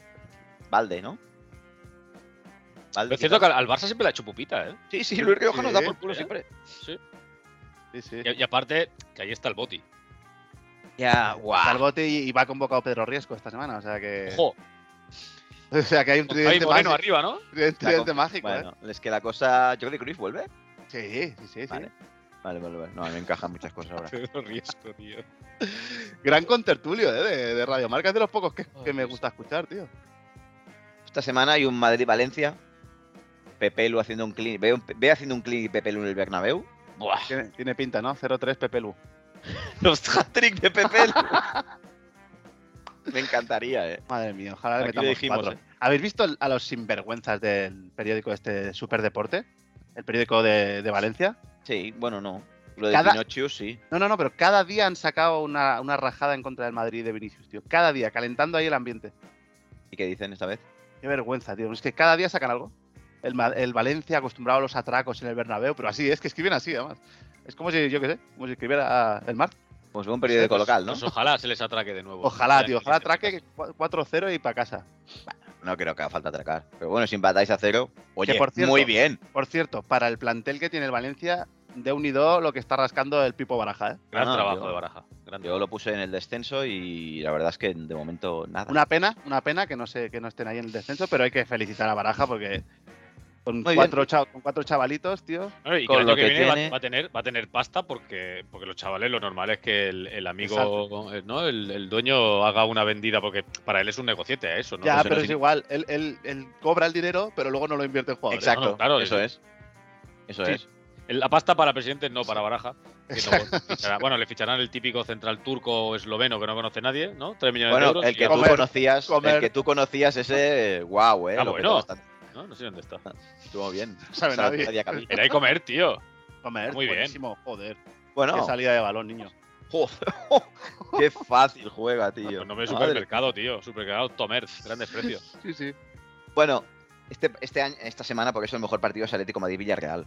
[SPEAKER 5] Valde, ¿no? Valde,
[SPEAKER 2] Pero es cierto que
[SPEAKER 5] quizás.
[SPEAKER 2] al al Barça siempre le ha hecho pupita, ¿eh?
[SPEAKER 5] Sí, sí, Luis Rioja nos da
[SPEAKER 3] Sí,
[SPEAKER 5] por culo
[SPEAKER 2] ¿eh?
[SPEAKER 5] siempre.
[SPEAKER 2] Sí.
[SPEAKER 3] Sí, sí.
[SPEAKER 2] Y, y aparte, que ahí está el boti.
[SPEAKER 5] Ya, Ah,
[SPEAKER 3] Eh,
[SPEAKER 5] guau.
[SPEAKER 3] Está el bote y, y va convocado Pedro Riesco esta semana. O sea que.
[SPEAKER 2] Ojo,
[SPEAKER 3] [laughs] O sea que hay un
[SPEAKER 2] con Javi
[SPEAKER 3] tridente
[SPEAKER 2] Moreno
[SPEAKER 3] mágico.
[SPEAKER 2] arriba, ¿no?
[SPEAKER 3] un tridente
[SPEAKER 5] La-
[SPEAKER 3] mágico, ¿eh?
[SPEAKER 5] Bueno, es que la cosa. ¿Jordi Cruyff vuelve?
[SPEAKER 3] Sí, sí, sí. sí.
[SPEAKER 5] Vale. Vale, vale, vale. No, me encajan muchas cosas ahora. [laughs]
[SPEAKER 2] Pedro Riesco, tío.
[SPEAKER 3] Gran contertulio, ¿eh? De, de Radio Marca, es de los pocos que, que me
[SPEAKER 2] Dios.
[SPEAKER 3] gusta escuchar, tío.
[SPEAKER 5] Esta semana hay un Madrid-Valencia. Pepelu haciendo un clean. Ve, un- ve haciendo un clean Pepelu en el Bernabéu. [laughs] Buah.
[SPEAKER 3] Tiene, tiene pinta, ¿no? 0-3 Pepelu.
[SPEAKER 5] Los hat-trick de Pepelu. [laughs] me encantaría, eh.
[SPEAKER 3] Madre mía, ojalá le
[SPEAKER 2] Aquí le
[SPEAKER 3] metamos
[SPEAKER 2] dijimos,
[SPEAKER 3] cuatro. ¿Habéis visto el- a los sinvergüenzas del periódico este Superdeporte? El periódico de, de Valencia.
[SPEAKER 5] Sí, bueno, no. Lo de
[SPEAKER 3] Cada-
[SPEAKER 5] Pinocho, sí.
[SPEAKER 3] No, no, no, pero cada día han sacado una, una rajada en contra del Madrid de Vinicius, tío. Cada día, calentando ahí el ambiente.
[SPEAKER 5] ¿Y qué dicen esta vez?
[SPEAKER 3] Qué vergüenza, tío. Es que cada día sacan algo. El, Ma- el Valencia acostumbrado a los atracos en el Bernabéu, pero así es que escriben así, además. Es como si, yo qué sé, como si escribiera ah, el Mar.
[SPEAKER 5] Pues ve un periódico
[SPEAKER 2] Pues-
[SPEAKER 5] local, ¿no?
[SPEAKER 2] pues ojalá se les atraque de nuevo.
[SPEAKER 3] Ojalá, tío, ojalá
[SPEAKER 2] se les
[SPEAKER 3] atraque 4-0 y para casa.
[SPEAKER 5] No creo que haga falta atracar. Pero bueno, si empatáis a cero, oye,
[SPEAKER 3] por cierto-
[SPEAKER 5] muy bien.
[SPEAKER 3] Por cierto, para el plantel que tiene el Valencia, de unido lo que está rascando el Pipo Baraja, ¿eh?
[SPEAKER 2] Gran
[SPEAKER 5] Ah,
[SPEAKER 2] trabajo
[SPEAKER 5] yo-
[SPEAKER 2] de Baraja. gran
[SPEAKER 5] Yo lo puse en el descenso y la verdad es que de momento nada.
[SPEAKER 3] Una pena, una pena que no sé que no estén ahí en el descenso, pero hay que felicitar a Baraja porque con,
[SPEAKER 5] bien.
[SPEAKER 3] cuatro, cha- con cuatro chavalitos, tío.
[SPEAKER 2] No, y que
[SPEAKER 5] Con
[SPEAKER 2] el año
[SPEAKER 5] lo
[SPEAKER 2] que,
[SPEAKER 5] que
[SPEAKER 2] viene va-
[SPEAKER 5] tiene-
[SPEAKER 2] va, a tener, va a tener pasta porque, porque los chavales lo normal es que el, el amigo, eh, ¿no? El, el dueño haga una vendida porque para él es un negociete ¿eh? eso, ¿no?
[SPEAKER 3] ya,
[SPEAKER 2] Eso no
[SPEAKER 3] pero es
[SPEAKER 2] significa-
[SPEAKER 3] igual, él, él- él cobra el dinero, pero luego no lo invierte ¿eh? en jugadores.
[SPEAKER 5] Exacto,
[SPEAKER 2] no, claro,
[SPEAKER 5] eso
[SPEAKER 2] sí.
[SPEAKER 5] es. Eso
[SPEAKER 2] Sí.
[SPEAKER 5] es.
[SPEAKER 2] el- La pasta para presidente no para Baraja. que no fichará- bueno, le ficharán el típico central turco o esloveno que no conoce nadie, ¿no? Tres millones de
[SPEAKER 5] Bueno,
[SPEAKER 2] euros.
[SPEAKER 5] el
[SPEAKER 2] y
[SPEAKER 5] que
[SPEAKER 2] ya-
[SPEAKER 5] tú
[SPEAKER 3] Comer,
[SPEAKER 5] conocías,
[SPEAKER 3] comer.
[SPEAKER 5] el que tú conocías ese, wow, eh.
[SPEAKER 2] Ah,
[SPEAKER 5] lo
[SPEAKER 2] bueno.
[SPEAKER 5] petó bastante.
[SPEAKER 2] ¿no? no sé dónde está.
[SPEAKER 5] Estuvo bien.
[SPEAKER 3] No sabe
[SPEAKER 5] Sala
[SPEAKER 3] nadie.
[SPEAKER 5] Todavía
[SPEAKER 2] [laughs]
[SPEAKER 5] cabía.
[SPEAKER 2] Era y comer, tío.
[SPEAKER 3] Comer,
[SPEAKER 2] Muy bien.
[SPEAKER 3] buenísimo, joder. Qué
[SPEAKER 5] Bueno, [laughs]
[SPEAKER 3] salida de balón, niño.
[SPEAKER 5] joder, [laughs] qué fácil juega, tío.
[SPEAKER 2] Pues no me
[SPEAKER 5] Madre.
[SPEAKER 2] supermercado, tío. Supermercado Tomer,
[SPEAKER 5] [laughs]
[SPEAKER 2] grandes precios.
[SPEAKER 3] Sí, sí.
[SPEAKER 5] Bueno, este, este año, esta semana, porque es el mejor partido, es Atlético Madrid Villarreal.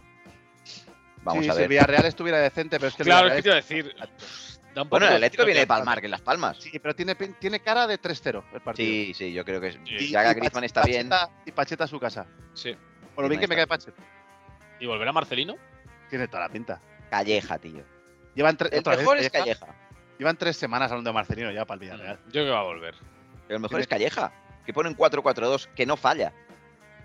[SPEAKER 5] Vamos
[SPEAKER 3] Sí,
[SPEAKER 5] a
[SPEAKER 3] si el
[SPEAKER 5] ver.
[SPEAKER 3] Villarreal estuviera decente, pero es que el
[SPEAKER 2] Claro, es que
[SPEAKER 3] Villarreal
[SPEAKER 2] te iba a decir. da un poco
[SPEAKER 5] Bueno, el
[SPEAKER 2] de-
[SPEAKER 5] Atlético viene de Palmar, que en Las Palmas.
[SPEAKER 3] Sí, pero tiene, pin- tiene cara de 3-0 el partido.
[SPEAKER 5] Sí, sí, yo creo que
[SPEAKER 2] Sí.
[SPEAKER 5] ya que
[SPEAKER 3] Pach-
[SPEAKER 5] Griezmann está bien.
[SPEAKER 3] Pacheta- Y Pacheta a su casa.
[SPEAKER 2] Sí.
[SPEAKER 3] Por lo bien que me cae Pacheta.
[SPEAKER 2] ¿Y volverá Marcelino?
[SPEAKER 3] Tiene toda la pinta.
[SPEAKER 5] Calleja, tío.
[SPEAKER 3] Llevan, tre-
[SPEAKER 5] El
[SPEAKER 3] otra vez,
[SPEAKER 5] mejor es
[SPEAKER 3] Calleja.
[SPEAKER 5] Calleja.
[SPEAKER 3] Llevan tres semanas hablando de Marcelino ya para el Villarreal.
[SPEAKER 2] Mm, Yo creo que va a volver.
[SPEAKER 5] El mejor es Calleja. Que pone un 4-4-2 que no falla.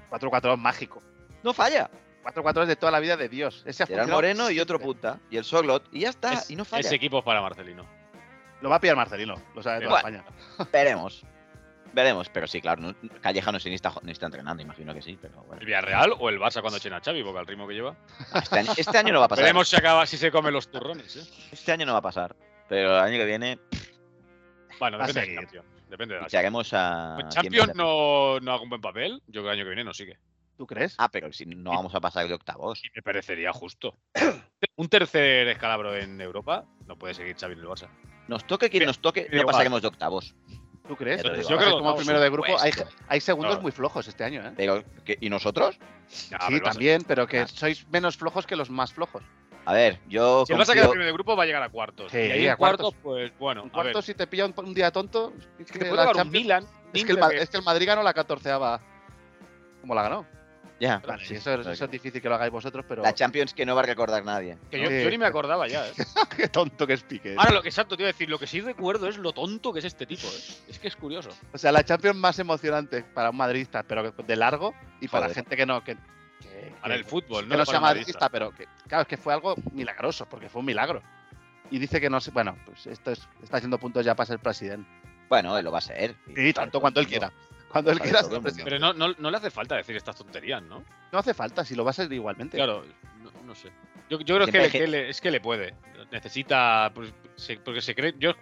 [SPEAKER 2] Mm.
[SPEAKER 3] 4-4-2 mágico.
[SPEAKER 5] No falla.
[SPEAKER 3] 4-4-2 de toda la vida de Dios. Ese ha
[SPEAKER 5] Gerard
[SPEAKER 3] funcionado
[SPEAKER 5] Moreno y
[SPEAKER 3] siempre.
[SPEAKER 5] otro punta. Y el Soglot. Y ya está.
[SPEAKER 2] Es-
[SPEAKER 5] y no falla.
[SPEAKER 2] Ese equipo es para Marcelino.
[SPEAKER 3] Lo va a pillar Marcelino, lo sabe toda
[SPEAKER 5] Bueno.
[SPEAKER 3] España.
[SPEAKER 5] Veremos. Veremos. Pero sí, claro. no- Calleja no sé ni está, jo- ni está entrenando. Imagino que sí. Pero
[SPEAKER 2] ¿El
[SPEAKER 5] bueno.
[SPEAKER 2] Villarreal o el Barça cuando echen a Xavi? Porque al ritmo que lleva.
[SPEAKER 5] Este año, este año no va
[SPEAKER 2] [laughs]
[SPEAKER 5] a pasar.
[SPEAKER 2] Veremos si acaba, si se come los turrones. ¿eh?
[SPEAKER 5] Este año no va a pasar. Pero el año que viene
[SPEAKER 2] Bueno,
[SPEAKER 3] Va a
[SPEAKER 2] depende del
[SPEAKER 3] seguir.
[SPEAKER 2] campeón. Depende de la
[SPEAKER 5] ficharemos a.
[SPEAKER 2] Pues
[SPEAKER 5] quien
[SPEAKER 2] Champions
[SPEAKER 5] venga.
[SPEAKER 2] no, no haga un buen papel. Yo creo que el año que viene no sigue.
[SPEAKER 3] ¿Tú crees?
[SPEAKER 5] Ah, pero si no vamos a pasar de octavos.
[SPEAKER 2] Y me parecería justo. [clears throat] un tercer escalabro en Europa no puede seguir Xavi en el Barça.
[SPEAKER 5] Nos toque quien
[SPEAKER 2] Bien,
[SPEAKER 5] nos toque,
[SPEAKER 2] bien,
[SPEAKER 5] no
[SPEAKER 2] igual.
[SPEAKER 5] pasaremos de octavos.
[SPEAKER 3] ¿Tú crees?
[SPEAKER 5] Ya te digo.
[SPEAKER 3] Yo creo
[SPEAKER 5] Yo
[SPEAKER 2] creo
[SPEAKER 3] que
[SPEAKER 2] que
[SPEAKER 3] como
[SPEAKER 2] no,
[SPEAKER 3] primero de grupo hay, hay segundos
[SPEAKER 2] Claro.
[SPEAKER 3] muy flojos este año, ¿eh?
[SPEAKER 5] Pero, ¿qué- ¿Y nosotros?
[SPEAKER 2] Ya, pero
[SPEAKER 3] sí,
[SPEAKER 2] el Barça-
[SPEAKER 3] también, pero que
[SPEAKER 5] Ah.
[SPEAKER 3] sois menos flojos que los más flojos.
[SPEAKER 5] A ver, yo.
[SPEAKER 2] Si el Barça queda
[SPEAKER 5] confío-
[SPEAKER 2] primero de grupo va a llegar a cuartos.
[SPEAKER 3] Sí,
[SPEAKER 2] y ahí
[SPEAKER 3] a
[SPEAKER 2] en cuartos,
[SPEAKER 3] cuartos.
[SPEAKER 2] pues bueno,
[SPEAKER 3] Un
[SPEAKER 2] a ver.
[SPEAKER 3] cuarto, si te pilla un, un día tonto, es
[SPEAKER 2] Que
[SPEAKER 3] que,
[SPEAKER 2] te puede
[SPEAKER 3] la
[SPEAKER 2] tocar un
[SPEAKER 3] Champions-
[SPEAKER 2] Milan,
[SPEAKER 3] es, que
[SPEAKER 2] Inter,
[SPEAKER 3] el, Ma- es que el Madrid ganó la 14 como la ganó.
[SPEAKER 5] Ya.
[SPEAKER 3] Vale,
[SPEAKER 5] Sí,
[SPEAKER 3] eso,
[SPEAKER 5] claro
[SPEAKER 3] eso es difícil que lo hagáis vosotros, pero
[SPEAKER 5] La Champions que no va a recordar nadie.
[SPEAKER 2] que yo,
[SPEAKER 3] Sí.
[SPEAKER 2] yo ni me acordaba ya. ¿eh?
[SPEAKER 3] [laughs] qué tonto que es Piqué.
[SPEAKER 2] Ahora, lo que exacto te iba a decir, lo que sí recuerdo es lo tonto que es este tipo. ¿eh? Es que es curioso.
[SPEAKER 3] O sea, la Champions más emocionante para un madridista, pero de largo, y para
[SPEAKER 5] Joder.
[SPEAKER 3] gente que no. Que, que-
[SPEAKER 2] Para el
[SPEAKER 3] que-
[SPEAKER 2] fútbol,
[SPEAKER 3] que no
[SPEAKER 2] no, para
[SPEAKER 3] sea
[SPEAKER 2] el
[SPEAKER 3] madridista,
[SPEAKER 2] madridista.
[SPEAKER 3] pero que, claro, es que fue algo milagroso, porque fue un milagro. Y dice que no sé, bueno, pues esto es- está haciendo puntos ya para ser presidente.
[SPEAKER 5] Bueno, él lo va a ser.
[SPEAKER 3] Y tanto cuando él quiera. Cuando él
[SPEAKER 5] Para
[SPEAKER 3] quiera
[SPEAKER 5] todo
[SPEAKER 3] ser
[SPEAKER 5] el mundo.
[SPEAKER 3] presidente.
[SPEAKER 2] Pero no, no, no le hace falta decir estas tonterías, ¿no?
[SPEAKER 3] No hace falta, si lo va a ser igualmente.
[SPEAKER 2] Claro, no, no sé. Yo, yo creo
[SPEAKER 5] Siempre
[SPEAKER 2] que,
[SPEAKER 5] hay
[SPEAKER 2] que le- es que le puede. Necesita. pues, se- porque se cree. Yo,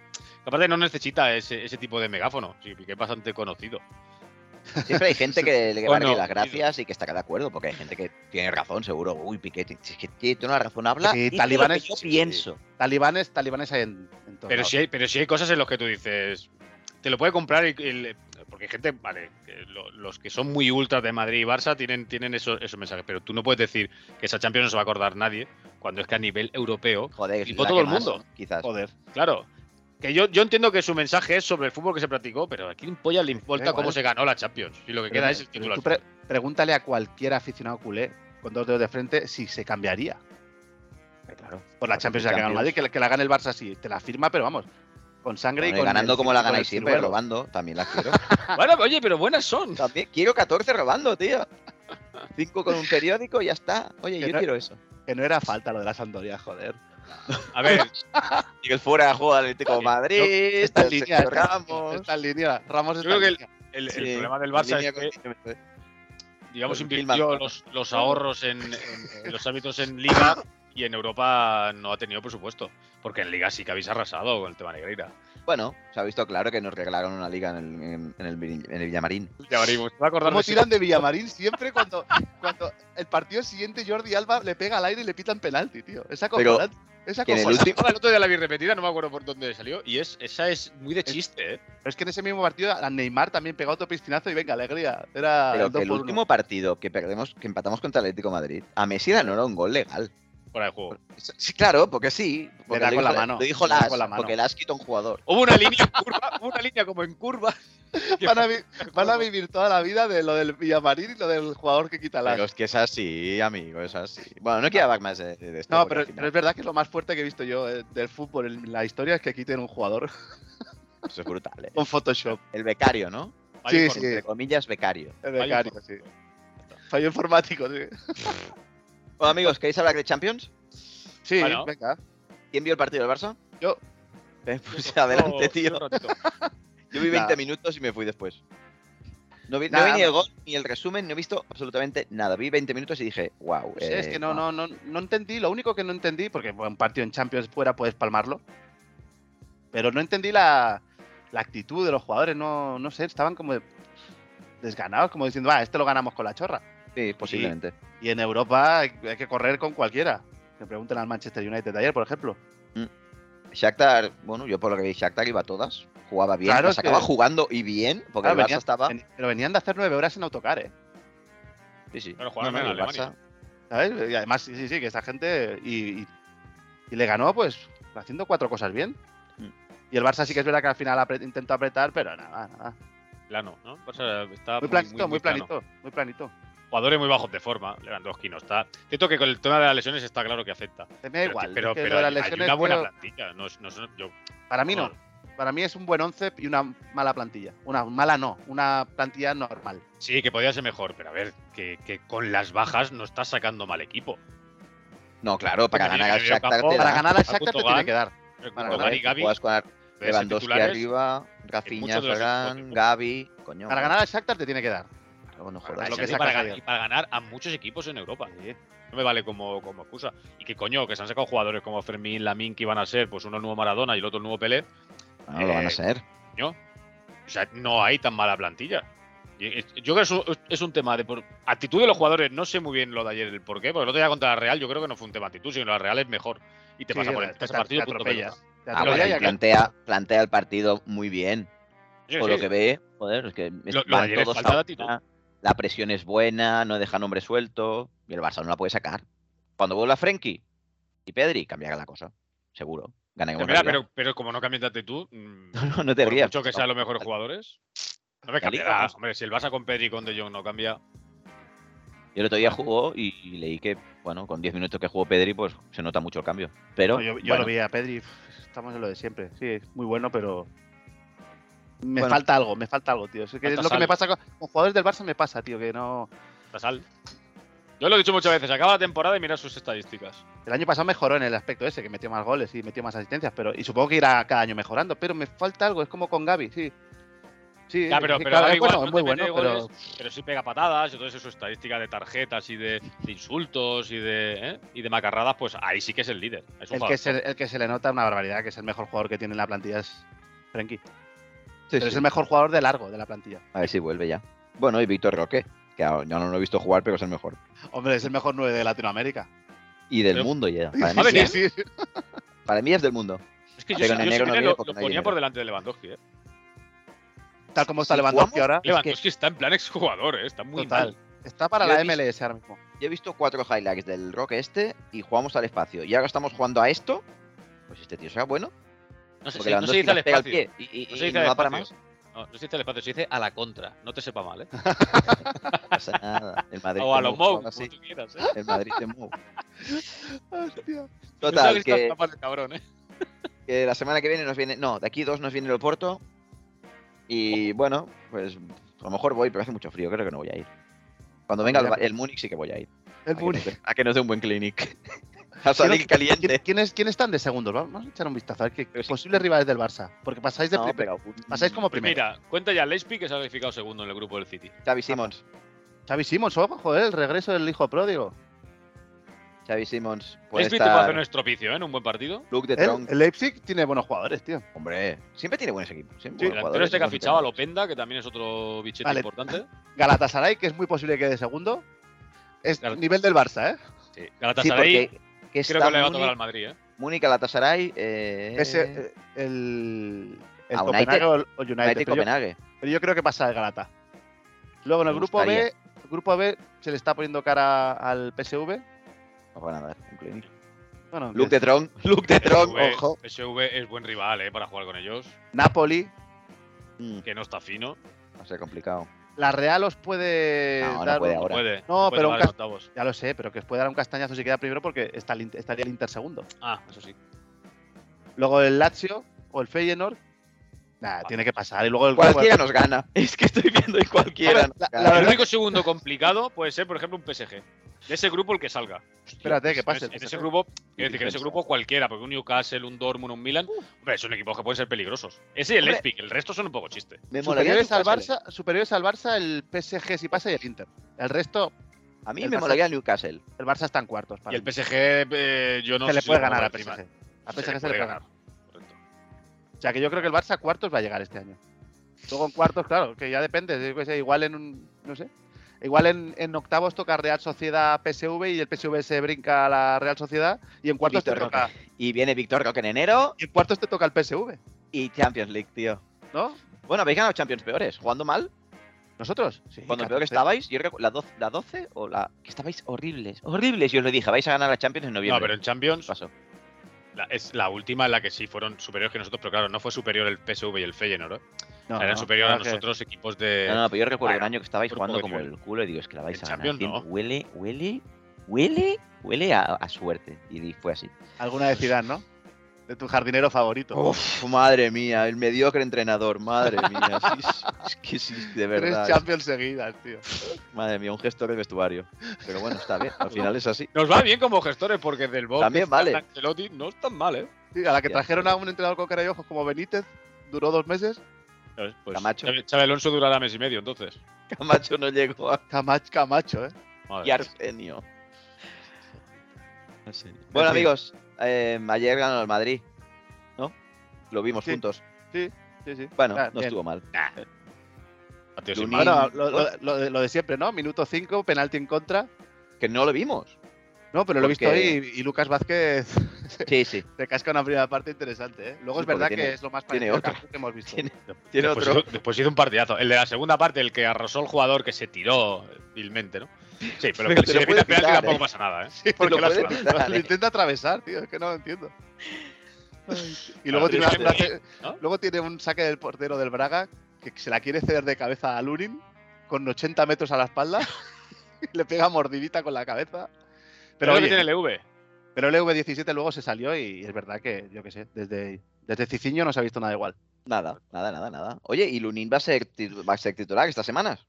[SPEAKER 2] aparte, no necesita ese, ese tipo de megáfono. Sí, que es bastante conocido.
[SPEAKER 5] Siempre hay gente que le
[SPEAKER 2] [laughs] O
[SPEAKER 5] va a
[SPEAKER 2] no.
[SPEAKER 5] dar las gracias y que estará de acuerdo, porque hay gente que tiene razón, seguro. Uy, Piquete, es que tiene toda la razón. Habla
[SPEAKER 3] Sí,
[SPEAKER 5] dice lo
[SPEAKER 3] talibanes-
[SPEAKER 5] que yo
[SPEAKER 3] sí.
[SPEAKER 5] pienso.
[SPEAKER 3] Talibanes, talibanes hay en, en todos
[SPEAKER 2] Pero
[SPEAKER 3] lados.
[SPEAKER 2] si, hay, pero si hay cosas en las que tú dices. Te lo puede comprar el- el- porque hay gente, vale, que lo- los que son muy ultras de Madrid y Barça tienen, tienen esos, esos mensajes, pero tú no puedes decir que esa Champions no se va a acordar nadie, cuando es que a nivel europeo
[SPEAKER 5] Joder, es
[SPEAKER 2] Flipó
[SPEAKER 5] la
[SPEAKER 2] todo
[SPEAKER 5] que
[SPEAKER 2] el
[SPEAKER 5] más,
[SPEAKER 2] mundo.
[SPEAKER 5] Quizás.
[SPEAKER 3] Joder.
[SPEAKER 2] Claro. Que yo, yo entiendo que su mensaje es sobre el fútbol que se practicó, pero aquí en polla le importa
[SPEAKER 3] igual.
[SPEAKER 2] cómo se ganó la Champions. Y lo que
[SPEAKER 3] Pero
[SPEAKER 2] queda
[SPEAKER 3] no,
[SPEAKER 2] es el
[SPEAKER 3] pero
[SPEAKER 2] título.
[SPEAKER 3] tú pre- pregúntale a cualquier aficionado culé con dos dedos de frente si se cambiaría.
[SPEAKER 5] Claro.
[SPEAKER 3] Por la Champions la
[SPEAKER 5] Porque
[SPEAKER 3] que gana el
[SPEAKER 5] Champions.
[SPEAKER 3] Madrid, que, la- que la gane el Barça sí, te la firma, pero vamos. Con sangre
[SPEAKER 5] Bueno,
[SPEAKER 3] y
[SPEAKER 5] y
[SPEAKER 3] con.
[SPEAKER 5] ganando
[SPEAKER 3] el-
[SPEAKER 5] como la
[SPEAKER 3] y con el
[SPEAKER 5] ganáis siempre,
[SPEAKER 3] ciruelo.
[SPEAKER 5] robando, también
[SPEAKER 3] [laughs]
[SPEAKER 5] la quiero.
[SPEAKER 2] Bueno, oye, pero buenas son.
[SPEAKER 5] También quiero 14 robando, tío. 5 con un periódico y ya está. Oye,
[SPEAKER 3] Que
[SPEAKER 5] yo
[SPEAKER 3] no-
[SPEAKER 5] quiero eso.
[SPEAKER 3] Que no era falta lo de la Sampdoria, joder. [laughs]
[SPEAKER 2] A ver,
[SPEAKER 5] Y el fuera de juego del Atlético de Madrid,
[SPEAKER 3] Está en
[SPEAKER 5] del
[SPEAKER 3] línea.
[SPEAKER 5] Sergio
[SPEAKER 3] Está,
[SPEAKER 5] Ramos.
[SPEAKER 3] está en línea. Ramos
[SPEAKER 2] Yo
[SPEAKER 3] está
[SPEAKER 2] creo
[SPEAKER 3] en
[SPEAKER 2] que el-
[SPEAKER 3] línea.
[SPEAKER 2] el, el
[SPEAKER 5] Sí,
[SPEAKER 2] problema del
[SPEAKER 5] en
[SPEAKER 2] Barça este.
[SPEAKER 5] línea
[SPEAKER 2] es que,
[SPEAKER 5] con-
[SPEAKER 2] digamos,
[SPEAKER 5] con Gilman.
[SPEAKER 2] invirtió los, los ahorros en, en- en los hábitos en Liga y en Europa no ha tenido presupuesto. Porque en Liga sí que habéis arrasado con el tema Negreira.
[SPEAKER 5] Bueno, se ha visto claro que nos regalaron una liga en el, en, en el, Viri- en el Villamarín.
[SPEAKER 2] Ya abrimos. Me voy a acordar
[SPEAKER 3] ¿Cómo
[SPEAKER 2] de ese-
[SPEAKER 3] tiran de Villamarín siempre cuando, cuando el partido siguiente Jordi Alba le pega al aire y le pitan penalti, tío? Esa
[SPEAKER 5] Pero,
[SPEAKER 3] acojonante. Es
[SPEAKER 5] que en el
[SPEAKER 2] Pues
[SPEAKER 3] acojonante.
[SPEAKER 5] último-
[SPEAKER 2] la jugada el otro día la vi repetida, no me acuerdo por dónde salió. Y es, esa es muy de chiste, ¿eh?
[SPEAKER 3] Pero es que en ese mismo partido a Neymar también pegó otro pistinazo y venga, alegría. Era
[SPEAKER 5] Pero
[SPEAKER 3] el
[SPEAKER 5] que
[SPEAKER 3] dos
[SPEAKER 5] el
[SPEAKER 3] por uno.
[SPEAKER 5] último partido que perdemos, que empatamos contra el Atlético de Madrid, a Messi no era un gol legal.
[SPEAKER 2] Fuera de juego.
[SPEAKER 5] Sí, claro, porque sí. Porque
[SPEAKER 3] da
[SPEAKER 5] lo
[SPEAKER 3] con
[SPEAKER 5] dijo-
[SPEAKER 3] la mano,
[SPEAKER 5] Lo dijo
[SPEAKER 3] le da
[SPEAKER 5] Las,
[SPEAKER 3] con la mano.
[SPEAKER 5] porque Las quitó un jugador.
[SPEAKER 2] Hubo una línea en curva, [laughs] hubo una línea como en curva.
[SPEAKER 5] [laughs]
[SPEAKER 2] que
[SPEAKER 3] Van a, vi- van a vivir toda la vida de lo del Villamarín y lo del jugador que quita
[SPEAKER 5] Pero
[SPEAKER 3] las.
[SPEAKER 5] es que es así, amigo, es así. Bueno, no quiero hablar más de, de esto.
[SPEAKER 3] No,
[SPEAKER 5] porque
[SPEAKER 3] pero,
[SPEAKER 5] al final
[SPEAKER 3] pero es verdad que es lo más fuerte que he visto yo eh, del fútbol en la historia es que quiten un jugador [laughs]
[SPEAKER 5] Eso es brutal, ¿eh?
[SPEAKER 3] con Photoshop.
[SPEAKER 5] El becario, ¿no?
[SPEAKER 2] Vaya
[SPEAKER 3] Sí,
[SPEAKER 2] por-
[SPEAKER 3] sí.
[SPEAKER 5] Entre comillas, becario.
[SPEAKER 3] El
[SPEAKER 2] vaya
[SPEAKER 3] becario,
[SPEAKER 2] por-
[SPEAKER 3] sí. Fallo informático, sí.
[SPEAKER 5] Bueno, amigos, ¿queréis hablar de Champions?
[SPEAKER 3] Sí,
[SPEAKER 2] Bueno.
[SPEAKER 3] venga.
[SPEAKER 5] ¿Quién vio el partido del Barça?
[SPEAKER 3] Yo.
[SPEAKER 5] Eh, pues [laughs] adelante,
[SPEAKER 2] Oh,
[SPEAKER 5] tío.
[SPEAKER 2] un ratito.
[SPEAKER 5] Yo vi 20
[SPEAKER 3] Nada.
[SPEAKER 5] minutos y me fui después. No vi, no
[SPEAKER 3] Nada,
[SPEAKER 5] vi ni
[SPEAKER 3] no.
[SPEAKER 5] el gol, ni el resumen, no he visto absolutamente nada. Vi 20 minutos y dije, eh, wow.
[SPEAKER 3] No sé, Pues es que no, no, no, no entendí. Lo único que no entendí, porque bueno, un partido en Champions fuera puedes palmarlo, pero no entendí la, la actitud de los jugadores. No, no sé, estaban como de- desganados, como diciendo, ah, este lo ganamos con la chorra.
[SPEAKER 5] Sí, posiblemente.
[SPEAKER 3] Y en Europa hay, hay que correr con cualquiera. Que pregunten al Manchester United de ayer, por ejemplo.
[SPEAKER 5] Shakhtar, bueno, yo por lo que vi, Shakhtar iba a todas. Jugaba bien,
[SPEAKER 3] Claro,
[SPEAKER 5] las
[SPEAKER 3] es que-
[SPEAKER 5] acababa jugando y bien, porque
[SPEAKER 3] Claro,
[SPEAKER 5] el Barça
[SPEAKER 3] venían-
[SPEAKER 5] estaba...
[SPEAKER 3] ven- pero venían de hacer nueve horas en autocar, ¿eh?
[SPEAKER 5] Sí, sí.
[SPEAKER 2] Bueno, jugaron en
[SPEAKER 5] y el
[SPEAKER 2] Alemania.
[SPEAKER 3] ¿Sabes? Y además, sí, sí, sí, que esa gente. Y, y- y le ganó, pues, haciendo cuatro cosas bien.
[SPEAKER 5] Mm.
[SPEAKER 3] Y el Barça sí que es verdad que al final apre- intentó apretar, pero nada, nada.
[SPEAKER 2] Plano, ¿no? O sea, está
[SPEAKER 3] Muy planito, muy,
[SPEAKER 2] plano.
[SPEAKER 3] planito, muy planito.
[SPEAKER 2] Jugadores muy bajos de forma. Lewandowski no está. Cierto que con el tema de las lesiones está claro que afecta.
[SPEAKER 3] Te Me da igual.
[SPEAKER 2] Pero,
[SPEAKER 3] es que
[SPEAKER 2] pero,
[SPEAKER 3] lo de
[SPEAKER 2] hay-
[SPEAKER 3] las
[SPEAKER 2] hay
[SPEAKER 3] lesiones,
[SPEAKER 2] una buena
[SPEAKER 3] tío,
[SPEAKER 2] plantilla. No, es- no es- yo-
[SPEAKER 3] para mí no. Para mí es un buen once y una mala plantilla. Una mala no, una plantilla normal.
[SPEAKER 2] Sí, que podía ser mejor, pero a ver, que, que con las bajas no estás sacando mal equipo.
[SPEAKER 5] No, claro, para
[SPEAKER 2] Porque
[SPEAKER 5] ganar al
[SPEAKER 2] medio
[SPEAKER 5] Shakhtar
[SPEAKER 2] campo-
[SPEAKER 5] te
[SPEAKER 3] Para
[SPEAKER 5] da-
[SPEAKER 3] ganar al Shakhtar te
[SPEAKER 2] Gundogan,
[SPEAKER 3] tiene que dar.
[SPEAKER 2] Con
[SPEAKER 5] para
[SPEAKER 3] ganar,
[SPEAKER 5] ganar,
[SPEAKER 2] Gary Gaby,
[SPEAKER 5] juegas con Ar-
[SPEAKER 2] puede ser
[SPEAKER 5] Lewandowski
[SPEAKER 2] titulares.
[SPEAKER 5] arriba, Rafinha,
[SPEAKER 2] muchos de los
[SPEAKER 5] Ferran,
[SPEAKER 2] equipos-
[SPEAKER 5] Gaby, coño.
[SPEAKER 3] Para ganar al Shakhtar te tiene que dar.
[SPEAKER 5] luego no
[SPEAKER 2] Ah,
[SPEAKER 5] jodas.
[SPEAKER 3] lo
[SPEAKER 2] sí,
[SPEAKER 3] que
[SPEAKER 2] sí,
[SPEAKER 3] saca
[SPEAKER 2] para,
[SPEAKER 3] Javier.
[SPEAKER 2] ganar, y para ganar a muchos equipos en Europa. No me vale como, como excusa. Y que coño, que se han sacado jugadores como Fermín, Lamin, que iban a ser, pues uno el nuevo Maradona y el otro el nuevo Pelé.
[SPEAKER 5] No, lo van a Ah,
[SPEAKER 2] Eh,
[SPEAKER 5] ser.
[SPEAKER 2] Coño, o sea, no hay tan mala plantilla. Y es- Yo creo que es un, es un tema de por- actitud de los jugadores. No sé muy bien lo de ayer, el por qué. Porque el otro día contra la Real, yo creo que no fue un tema de actitud, sino la Real es mejor. Y te
[SPEAKER 3] Sí,
[SPEAKER 2] pasa por
[SPEAKER 3] te-
[SPEAKER 2] el te pasa
[SPEAKER 3] te-
[SPEAKER 2] partido
[SPEAKER 3] te
[SPEAKER 2] punto
[SPEAKER 3] atropellas. Te
[SPEAKER 2] pelota.
[SPEAKER 5] Ah,
[SPEAKER 2] pero
[SPEAKER 5] bueno,
[SPEAKER 3] atropellas
[SPEAKER 2] ya,
[SPEAKER 3] y
[SPEAKER 2] ya,
[SPEAKER 5] y
[SPEAKER 3] acá-
[SPEAKER 5] plantea, plantea el partido muy bien.
[SPEAKER 2] Sí,
[SPEAKER 5] Por
[SPEAKER 2] sí.
[SPEAKER 5] lo que ve, joder, es que
[SPEAKER 2] Lo- lo de
[SPEAKER 5] van
[SPEAKER 2] ayer es
[SPEAKER 5] todos
[SPEAKER 2] falta
[SPEAKER 5] a
[SPEAKER 2] de actitud.
[SPEAKER 5] una, la presión es buena, no dejan hombre suelto y el Barça no la puede sacar. Cuando vuelva Frenkie y Pedri, cambiará la cosa, seguro. Ganaremos
[SPEAKER 2] Pero, Pues mira,
[SPEAKER 5] la liga.
[SPEAKER 2] pero, pero como no cambian de actitud, mm,
[SPEAKER 5] [laughs] no, no te
[SPEAKER 2] por
[SPEAKER 5] rías.
[SPEAKER 2] mucho que sean los mejores jugadores. No me
[SPEAKER 5] La liga,
[SPEAKER 2] cambiará.
[SPEAKER 5] vamos.
[SPEAKER 2] Hombre, si el Barça con Pedri y con De Jong no cambia.
[SPEAKER 5] Yo el otro día jugó y, y leí que, bueno, con 10 minutos que jugó Pedri, pues se nota mucho el cambio. Pero,
[SPEAKER 3] No, Pues yo yo
[SPEAKER 5] bueno,
[SPEAKER 3] lo vi a Pedri, pff, estamos en lo de siempre. Sí, es muy bueno, pero. Me
[SPEAKER 5] Bueno.
[SPEAKER 3] falta algo, me falta algo, tío. Es, que es
[SPEAKER 2] Falta
[SPEAKER 3] lo que me
[SPEAKER 2] sal.
[SPEAKER 3] pasa con, con jugadores del Barça, me pasa, tío, que no.
[SPEAKER 2] Tasal. Yo lo he dicho muchas veces, acaba la temporada y mira sus estadísticas.
[SPEAKER 3] El año pasado mejoró en el aspecto ese, que metió más goles y metió más asistencias, pero y supongo que irá cada año mejorando, pero me falta algo, es como con Gaby, sí. Sí,
[SPEAKER 2] Ya, pero-
[SPEAKER 3] sí,
[SPEAKER 2] pero
[SPEAKER 3] claro,
[SPEAKER 2] Gavi
[SPEAKER 3] es bueno,
[SPEAKER 2] igual
[SPEAKER 3] es
[SPEAKER 2] no
[SPEAKER 3] muy
[SPEAKER 2] te
[SPEAKER 3] bueno,
[SPEAKER 2] mete
[SPEAKER 3] pero
[SPEAKER 2] Pero sí pega patadas, y entonces su estadística de tarjetas y de, de insultos y de, ¿eh? y de macarradas, pues ahí sí que es el líder. Es un
[SPEAKER 3] el que,
[SPEAKER 2] jugador.
[SPEAKER 3] se, el que se le nota una barbaridad, que es el mejor jugador que tiene en la plantilla es Frenkie.
[SPEAKER 5] sí,
[SPEAKER 3] Pero es
[SPEAKER 5] sí.
[SPEAKER 3] el mejor jugador de largo de la plantilla.
[SPEAKER 5] a ver si vuelve ya. Bueno, y Víctor Roque, que ahora- yo no lo he visto jugar, pero es el mejor.
[SPEAKER 3] Hombre, es el mejor 9 de Latinoamérica.
[SPEAKER 5] Y del
[SPEAKER 2] Pero-
[SPEAKER 5] mundo ya.
[SPEAKER 2] [laughs] A
[SPEAKER 5] Para mí,
[SPEAKER 2] venir.
[SPEAKER 5] sí, ¿eh? para mí es del mundo.
[SPEAKER 2] Es que yo,
[SPEAKER 5] Pero
[SPEAKER 2] si-
[SPEAKER 5] en
[SPEAKER 2] yo si
[SPEAKER 5] enero no
[SPEAKER 2] viene
[SPEAKER 5] viene
[SPEAKER 2] lo,
[SPEAKER 5] porque
[SPEAKER 2] lo
[SPEAKER 5] no hay
[SPEAKER 2] ponía
[SPEAKER 5] dinero.
[SPEAKER 2] por delante de Lewandowski. ¿eh?
[SPEAKER 3] Tal como está
[SPEAKER 5] Si
[SPEAKER 3] Lewandowski
[SPEAKER 5] jugamos-
[SPEAKER 3] ahora,
[SPEAKER 5] que-
[SPEAKER 2] Lewandowski está en plan exjugador, ¿eh? está muy
[SPEAKER 3] total.
[SPEAKER 2] mal.
[SPEAKER 3] Está para
[SPEAKER 5] Yo he
[SPEAKER 3] la
[SPEAKER 5] visto-
[SPEAKER 3] MLS ahora mismo.
[SPEAKER 5] Yo he visto cuatro highlights del Roque este y jugamos al espacio. Y ahora estamos jugando a esto. Pues este tío será bueno.
[SPEAKER 2] No se,
[SPEAKER 5] Porque
[SPEAKER 2] no se
[SPEAKER 5] Lewandowski
[SPEAKER 2] dice al
[SPEAKER 5] nos pega al
[SPEAKER 2] espacio.
[SPEAKER 5] pie y, y-
[SPEAKER 2] No
[SPEAKER 5] y
[SPEAKER 2] se dice
[SPEAKER 5] no
[SPEAKER 2] al
[SPEAKER 5] da para más.
[SPEAKER 2] espacio. No, no se dice al espacio, se dice a la contra. No te sepa mal, ¿eh?
[SPEAKER 5] No pasa nada. El Madrid
[SPEAKER 2] [laughs] O a
[SPEAKER 5] te
[SPEAKER 2] los
[SPEAKER 5] mueve,
[SPEAKER 2] Mou,
[SPEAKER 5] ahora sí.
[SPEAKER 2] como tú quieras, ¿eh? [laughs]
[SPEAKER 5] El Madrid te mueve.
[SPEAKER 3] Hostia.
[SPEAKER 5] Total,
[SPEAKER 2] que...
[SPEAKER 5] que
[SPEAKER 2] cabrón, ¿eh?
[SPEAKER 5] que la semana que viene nos viene. No, de aquí dos nos viene el Oporto. Y bueno, pues a lo mejor voy, pero hace mucho frío, creo que no voy a ir. Cuando venga el, el Múnich sí que voy a ir.
[SPEAKER 3] El
[SPEAKER 5] a,
[SPEAKER 3] Múnich.
[SPEAKER 5] Que nos dé, a que nos dé un buen
[SPEAKER 3] [laughs]
[SPEAKER 5] clinic. [laughs] a salir caliente.
[SPEAKER 3] ¿Quién- ¿Quiénes quién están de segundos? Vamos vamos a echar un vistazo a ver qué posibles rivales del Barça. Porque pasáis de
[SPEAKER 5] No,
[SPEAKER 3] primero.
[SPEAKER 5] pero-
[SPEAKER 3] Pasáis como primero.
[SPEAKER 2] Pues Mira, cuenta ya Leipzig que se ha clasificado segundo en el grupo del City.
[SPEAKER 5] Xavi Simons.
[SPEAKER 3] Xavi Simons, ojo, joder, el regreso del hijo pródigo.
[SPEAKER 5] Xavi Simons. Puede
[SPEAKER 2] Leipzig te puede hacer
[SPEAKER 5] estar
[SPEAKER 2] un estropicio ¿eh? en un buen partido.
[SPEAKER 5] Luke de
[SPEAKER 3] El,
[SPEAKER 5] Tronc.
[SPEAKER 3] el Leipzig tiene buenos jugadores, tío.
[SPEAKER 5] Hombre, siempre tiene buenos equipos. Siempre buenos
[SPEAKER 2] El delantero
[SPEAKER 5] jugadores,
[SPEAKER 2] este que ha
[SPEAKER 5] siempre
[SPEAKER 2] fichado a
[SPEAKER 5] tiene-
[SPEAKER 2] Lopenda, que también es otro bichete
[SPEAKER 3] Vale.
[SPEAKER 2] importante.
[SPEAKER 3] Galatasaray, que es muy posible que de segundo. Es
[SPEAKER 2] Gal-
[SPEAKER 3] nivel del Barça, ¿eh?
[SPEAKER 2] Sí,
[SPEAKER 5] Sí,
[SPEAKER 2] Galatasaray
[SPEAKER 5] porque que
[SPEAKER 2] creo que
[SPEAKER 5] está
[SPEAKER 2] le va a tocar al
[SPEAKER 5] Múnich,
[SPEAKER 2] Madrid, ¿eh?
[SPEAKER 5] Múnich, Galatasaray, eh,
[SPEAKER 3] Ese, eh, el, el
[SPEAKER 5] a United.
[SPEAKER 3] Copenhague o el o United.
[SPEAKER 5] United,
[SPEAKER 3] pero, yo,
[SPEAKER 5] Copenhague.
[SPEAKER 3] pero yo creo que pasa el Galata. Luego en el
[SPEAKER 5] Me
[SPEAKER 3] grupo B, grupo B se le está poniendo cara al PSV.
[SPEAKER 5] No van a dar un clinic.
[SPEAKER 3] Bueno,
[SPEAKER 5] Luke
[SPEAKER 3] que
[SPEAKER 5] de
[SPEAKER 3] es
[SPEAKER 5] Tronc. Luke de Tronc,
[SPEAKER 2] PSV
[SPEAKER 5] ojo.
[SPEAKER 2] PSV es buen rival, ¿eh? Para jugar con ellos,
[SPEAKER 3] Napoli.
[SPEAKER 5] Mm,
[SPEAKER 2] que no está fino.
[SPEAKER 5] va a ser complicado.
[SPEAKER 3] La Real os puede
[SPEAKER 5] No, no
[SPEAKER 3] dar
[SPEAKER 5] puede
[SPEAKER 3] un-
[SPEAKER 5] Ahora.
[SPEAKER 2] Puede.
[SPEAKER 3] No,
[SPEAKER 2] puede
[SPEAKER 3] pero
[SPEAKER 2] jugar
[SPEAKER 3] un
[SPEAKER 2] en
[SPEAKER 3] cas-
[SPEAKER 2] octavos.
[SPEAKER 3] Ya lo sé, pero que os puede dar un castañazo si queda primero porque está el Inter- estaría el Inter segundo.
[SPEAKER 2] Ah, eso sí.
[SPEAKER 3] Luego el Lazio o el Feyenoord. Nah, tiene que pasar. Y luego el
[SPEAKER 5] Cualquiera nos gana. Es que estoy viendo y [laughs] cualquiera.
[SPEAKER 3] A ver,
[SPEAKER 5] nos
[SPEAKER 3] la- la
[SPEAKER 5] gana.
[SPEAKER 3] verdad-
[SPEAKER 2] El único segundo complicado puede ser, por ejemplo, un PSG. De ese grupo el que salga.
[SPEAKER 3] Espérate, que
[SPEAKER 2] En
[SPEAKER 3] pase.
[SPEAKER 2] ese- En ese
[SPEAKER 3] PSG.
[SPEAKER 2] grupo, quiero decir que en ese
[SPEAKER 5] defensa.
[SPEAKER 2] grupo cualquiera, porque un Newcastle, un Dortmund, un Milan, hombre, son equipos que pueden ser peligrosos. Ese y el
[SPEAKER 5] Hombre.
[SPEAKER 2] Leipzig, el resto son un poco chiste.
[SPEAKER 5] Me molaría
[SPEAKER 3] Superiores al,
[SPEAKER 5] Newcastle.
[SPEAKER 3] Barça, superiores al Barça, el PSG si pasa y el Inter. El resto,
[SPEAKER 5] A mí
[SPEAKER 3] El
[SPEAKER 5] me
[SPEAKER 3] Barça-
[SPEAKER 5] molaría el Newcastle.
[SPEAKER 3] el Barça está en cuartos. para
[SPEAKER 2] Y el
[SPEAKER 3] mí.
[SPEAKER 2] PSG, eh, yo no
[SPEAKER 3] se
[SPEAKER 2] sé
[SPEAKER 3] le
[SPEAKER 2] si
[SPEAKER 3] puede
[SPEAKER 2] lo va
[SPEAKER 3] ganar
[SPEAKER 2] a
[SPEAKER 3] al
[SPEAKER 2] dar
[SPEAKER 3] PSG.
[SPEAKER 2] prima.
[SPEAKER 3] Al PSG se le puede ganar.
[SPEAKER 2] Correcto.
[SPEAKER 3] O sea que yo creo que el Barça a cuartos va a llegar este año. Luego en cuartos, claro, que ya depende. yo qué sé, igual en un, no sé. Igual en, en octavos toca Real Sociedad PSV y el PSV se brinca a la Real Sociedad y en cuartos te
[SPEAKER 5] Víctor
[SPEAKER 3] toca.
[SPEAKER 5] Y viene Víctor Roque en enero
[SPEAKER 3] Y en cuartos te toca el PSV,
[SPEAKER 5] y Champions League, tío.
[SPEAKER 3] ¿no?
[SPEAKER 5] Bueno, habéis ganado Champions peores. Jugando mal.
[SPEAKER 3] ¿Nosotros? Sí,
[SPEAKER 5] Cuando
[SPEAKER 3] 14.
[SPEAKER 5] peor que estabais, yo creo que la 12, la 12 o la. que estabais horribles. Horribles. Yo os lo dije, vais a ganar la Champions en noviembre.
[SPEAKER 2] No, pero en Champions
[SPEAKER 5] pasó.
[SPEAKER 2] la- es la última en la que sí fueron superiores que nosotros, pero claro, no fue superior el PSV y el Feyenoord. ¿eh?
[SPEAKER 3] No,
[SPEAKER 2] Eran
[SPEAKER 3] no,
[SPEAKER 2] superior a
[SPEAKER 5] Ah,
[SPEAKER 3] creo que-
[SPEAKER 2] nosotros equipos de.
[SPEAKER 3] Eh,
[SPEAKER 5] No, no, pero yo recuerdo
[SPEAKER 2] Bueno,
[SPEAKER 5] un año que estabais
[SPEAKER 2] por
[SPEAKER 5] jugando
[SPEAKER 2] poco
[SPEAKER 5] como
[SPEAKER 2] nivel.
[SPEAKER 5] el culo y digo, es que la vais
[SPEAKER 2] En
[SPEAKER 5] a
[SPEAKER 2] Champions,
[SPEAKER 5] ganar. Diciendo,
[SPEAKER 2] no.
[SPEAKER 5] Huele, huele, huele, huele a, a suerte. Y di- fue así.
[SPEAKER 3] Alguna de Zidane, ¿no? De tu jardinero favorito.
[SPEAKER 5] Uf, madre mía, el mediocre entrenador, madre [laughs] mía. sí, es- es que sí, de
[SPEAKER 3] Tres
[SPEAKER 5] verdad. eh.
[SPEAKER 3] Champions seguidas, tío.
[SPEAKER 5] Madre mía, un gestor de vestuario. Pero bueno, está bien,
[SPEAKER 3] [laughs]
[SPEAKER 5] al final es así.
[SPEAKER 2] Nos va bien como gestores porque del Bob
[SPEAKER 5] También vale.
[SPEAKER 2] Ancelotti no están mal, ¿eh?
[SPEAKER 3] Sí, a la que
[SPEAKER 5] Ya,
[SPEAKER 3] trajeron
[SPEAKER 5] tío.
[SPEAKER 3] a un entrenador con cara y ojos como Benítez, duró dos meses.
[SPEAKER 2] ¿Sabes? Pues,
[SPEAKER 5] Camacho.
[SPEAKER 2] Xavi- Xavi Alonso durará mes y medio, entonces.
[SPEAKER 5] Camacho no llegó a
[SPEAKER 3] Camacho, Camacho, ¿eh?
[SPEAKER 2] Madre.
[SPEAKER 5] y Arsenio.
[SPEAKER 3] Sí.
[SPEAKER 5] Bueno, amigos, eh, ayer ganó el Madrid, ¿no? Lo vimos
[SPEAKER 3] Sí.
[SPEAKER 5] juntos.
[SPEAKER 3] Sí, sí.
[SPEAKER 5] Bueno,
[SPEAKER 3] Ah,
[SPEAKER 5] no
[SPEAKER 3] bien.
[SPEAKER 5] estuvo mal.
[SPEAKER 2] Partido sin
[SPEAKER 5] Lunin.
[SPEAKER 2] mal.
[SPEAKER 3] Bueno, lo, lo- lo de, lo de siempre, ¿no? Minuto 5, penalti en contra.
[SPEAKER 5] Que no lo vimos.
[SPEAKER 3] No, pero lo he visto
[SPEAKER 5] Porque-
[SPEAKER 3] ahí y, y Lucas Vázquez [laughs]
[SPEAKER 5] Sí, sí.
[SPEAKER 3] te casca una primera parte interesante, ¿eh? Luego
[SPEAKER 5] Sí,
[SPEAKER 3] es verdad
[SPEAKER 5] porque tiene-
[SPEAKER 3] que es lo más
[SPEAKER 5] tiene
[SPEAKER 3] parecido al
[SPEAKER 5] otro.
[SPEAKER 3] campo que hemos visto.
[SPEAKER 5] Tiene- Tiene
[SPEAKER 3] pues
[SPEAKER 2] Después,
[SPEAKER 5] otro.
[SPEAKER 2] Hizo, después hizo un partidazo. El de la segunda parte, el que arrasó el jugador que se tiró eh, vilmente, ¿no? Sí, pero,
[SPEAKER 5] [laughs] Pero
[SPEAKER 2] que
[SPEAKER 5] te
[SPEAKER 2] si
[SPEAKER 5] lo
[SPEAKER 2] le
[SPEAKER 5] puede
[SPEAKER 2] pita penalti
[SPEAKER 5] pitar,
[SPEAKER 2] tampoco
[SPEAKER 5] ¿eh?
[SPEAKER 2] pasa nada, ¿eh?
[SPEAKER 5] Te lo
[SPEAKER 2] porque la
[SPEAKER 5] puede
[SPEAKER 2] suena.
[SPEAKER 5] pitar,
[SPEAKER 3] [laughs] Lo
[SPEAKER 5] [laughs] ¿eh?
[SPEAKER 3] intenta atravesar, tío, es que no lo entiendo. Y
[SPEAKER 2] Claro,
[SPEAKER 3] luego tiene,
[SPEAKER 2] pero
[SPEAKER 3] una-
[SPEAKER 2] es que-
[SPEAKER 3] una-
[SPEAKER 2] ¿no?
[SPEAKER 3] luego tiene un saque del portero del Braga que se la quiere ceder de cabeza a Lurin con 80 metros a la espalda [laughs] y le pega mordidita con la cabeza.
[SPEAKER 2] Pero
[SPEAKER 3] Pero,
[SPEAKER 2] lo que
[SPEAKER 3] oye,
[SPEAKER 2] tiene el EV.
[SPEAKER 3] pero el EV17 luego se salió y es verdad que, yo qué sé, desde, desde Ciciño no se ha visto nada igual.
[SPEAKER 5] Nada, nada, nada, nada. Oye, y Lunin va a ser, titu- va a ser titular estas semanas.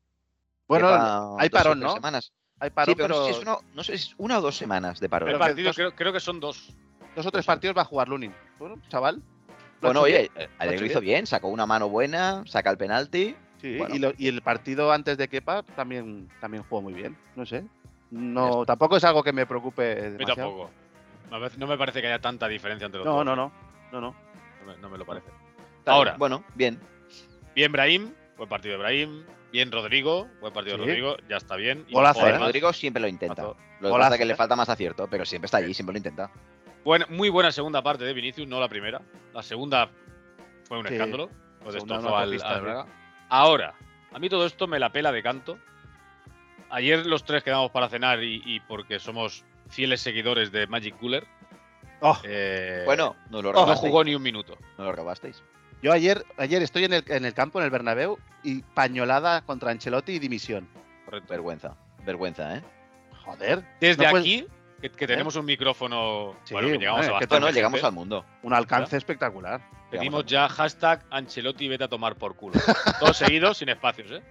[SPEAKER 3] Bueno,
[SPEAKER 5] Lleva
[SPEAKER 3] hay
[SPEAKER 5] dos o
[SPEAKER 3] parón,
[SPEAKER 5] tres
[SPEAKER 3] ¿no?
[SPEAKER 5] Semanas.
[SPEAKER 3] hay parón,
[SPEAKER 5] sí,
[SPEAKER 3] pero
[SPEAKER 5] pero, No, sé si es una, no sé si es una o dos semanas de parón.
[SPEAKER 2] El
[SPEAKER 3] Pero-
[SPEAKER 2] Este partido
[SPEAKER 3] dos-
[SPEAKER 2] creo, creo que son dos.
[SPEAKER 3] dos o tres partidos va a jugar Lunin. Bueno, chaval. lo ha
[SPEAKER 5] bueno,
[SPEAKER 3] hecho
[SPEAKER 5] oye,
[SPEAKER 3] bien.
[SPEAKER 5] eh,
[SPEAKER 3] lo ha
[SPEAKER 5] ayer
[SPEAKER 3] hecho
[SPEAKER 5] lo hizo bien, sacó una mano buena, saca el penalti.
[SPEAKER 3] Sí,
[SPEAKER 5] bueno.
[SPEAKER 3] y, lo- y el partido antes de Kepa también, también jugó muy bien, no sé. No, tampoco es algo que me preocupe
[SPEAKER 2] Yo
[SPEAKER 3] demasiado.
[SPEAKER 2] tampoco. A veces No me parece que haya tanta diferencia entre los
[SPEAKER 3] No,
[SPEAKER 2] dos.
[SPEAKER 3] no, no. No, no.
[SPEAKER 2] No me, no me lo parece.
[SPEAKER 5] Tal.
[SPEAKER 2] Ahora.
[SPEAKER 5] Bueno, bien.
[SPEAKER 2] Bien, Brahim. Buen partido de Brahim. Bien, Rodrigo. Buen partido de
[SPEAKER 3] Sí.
[SPEAKER 2] Rodrigo. Ya está bien. Y
[SPEAKER 3] Golazo,
[SPEAKER 2] joder,
[SPEAKER 3] ¿eh?
[SPEAKER 2] además,
[SPEAKER 5] Rodrigo siempre lo intenta.
[SPEAKER 3] Mazo.
[SPEAKER 5] Lo que
[SPEAKER 3] Golazo,
[SPEAKER 5] pasa es que le
[SPEAKER 3] ¿eh?
[SPEAKER 5] falta más acierto, pero siempre está allí, siempre lo intenta.
[SPEAKER 2] Buena- muy buena segunda parte de Vinicius, no la primera. La segunda fue un
[SPEAKER 3] Sí.
[SPEAKER 2] escándalo. Lo
[SPEAKER 3] Segunda
[SPEAKER 2] destrozó
[SPEAKER 3] una
[SPEAKER 2] al-
[SPEAKER 3] conquista,
[SPEAKER 2] al
[SPEAKER 3] sí.
[SPEAKER 2] Braga. Ahora, a mí todo esto me la pela de canto. Ayer los tres quedamos para cenar y, y porque somos fieles seguidores de Magic Cooler.
[SPEAKER 3] Oh.
[SPEAKER 2] eh,
[SPEAKER 5] Bueno, nos lo
[SPEAKER 2] no
[SPEAKER 5] robasteis.
[SPEAKER 2] jugó ni un minuto.
[SPEAKER 5] nos lo robasteis.
[SPEAKER 3] Yo ayer, ayer estoy en el, en el campo, en el Bernabéu, y pañolada contra Ancelotti y dimisión.
[SPEAKER 5] Vergüenza. Vergüenza, ¿eh?
[SPEAKER 3] Joder.
[SPEAKER 2] Desde
[SPEAKER 3] No puedes- ¿Eh?
[SPEAKER 2] aquí, Que, que tenemos un micrófono.
[SPEAKER 3] Sí,
[SPEAKER 2] bueno, que llegamos
[SPEAKER 3] hombre,
[SPEAKER 2] a
[SPEAKER 3] que
[SPEAKER 2] bastante.
[SPEAKER 5] Bueno, llegamos
[SPEAKER 2] gente.
[SPEAKER 5] al mundo.
[SPEAKER 3] Un alcance espectacular. [laughs]
[SPEAKER 2] Pedimos ya hashtag Ancelotti vete a tomar por culo.
[SPEAKER 3] [laughs]
[SPEAKER 2] Todo seguido, sin espacios, ¿eh?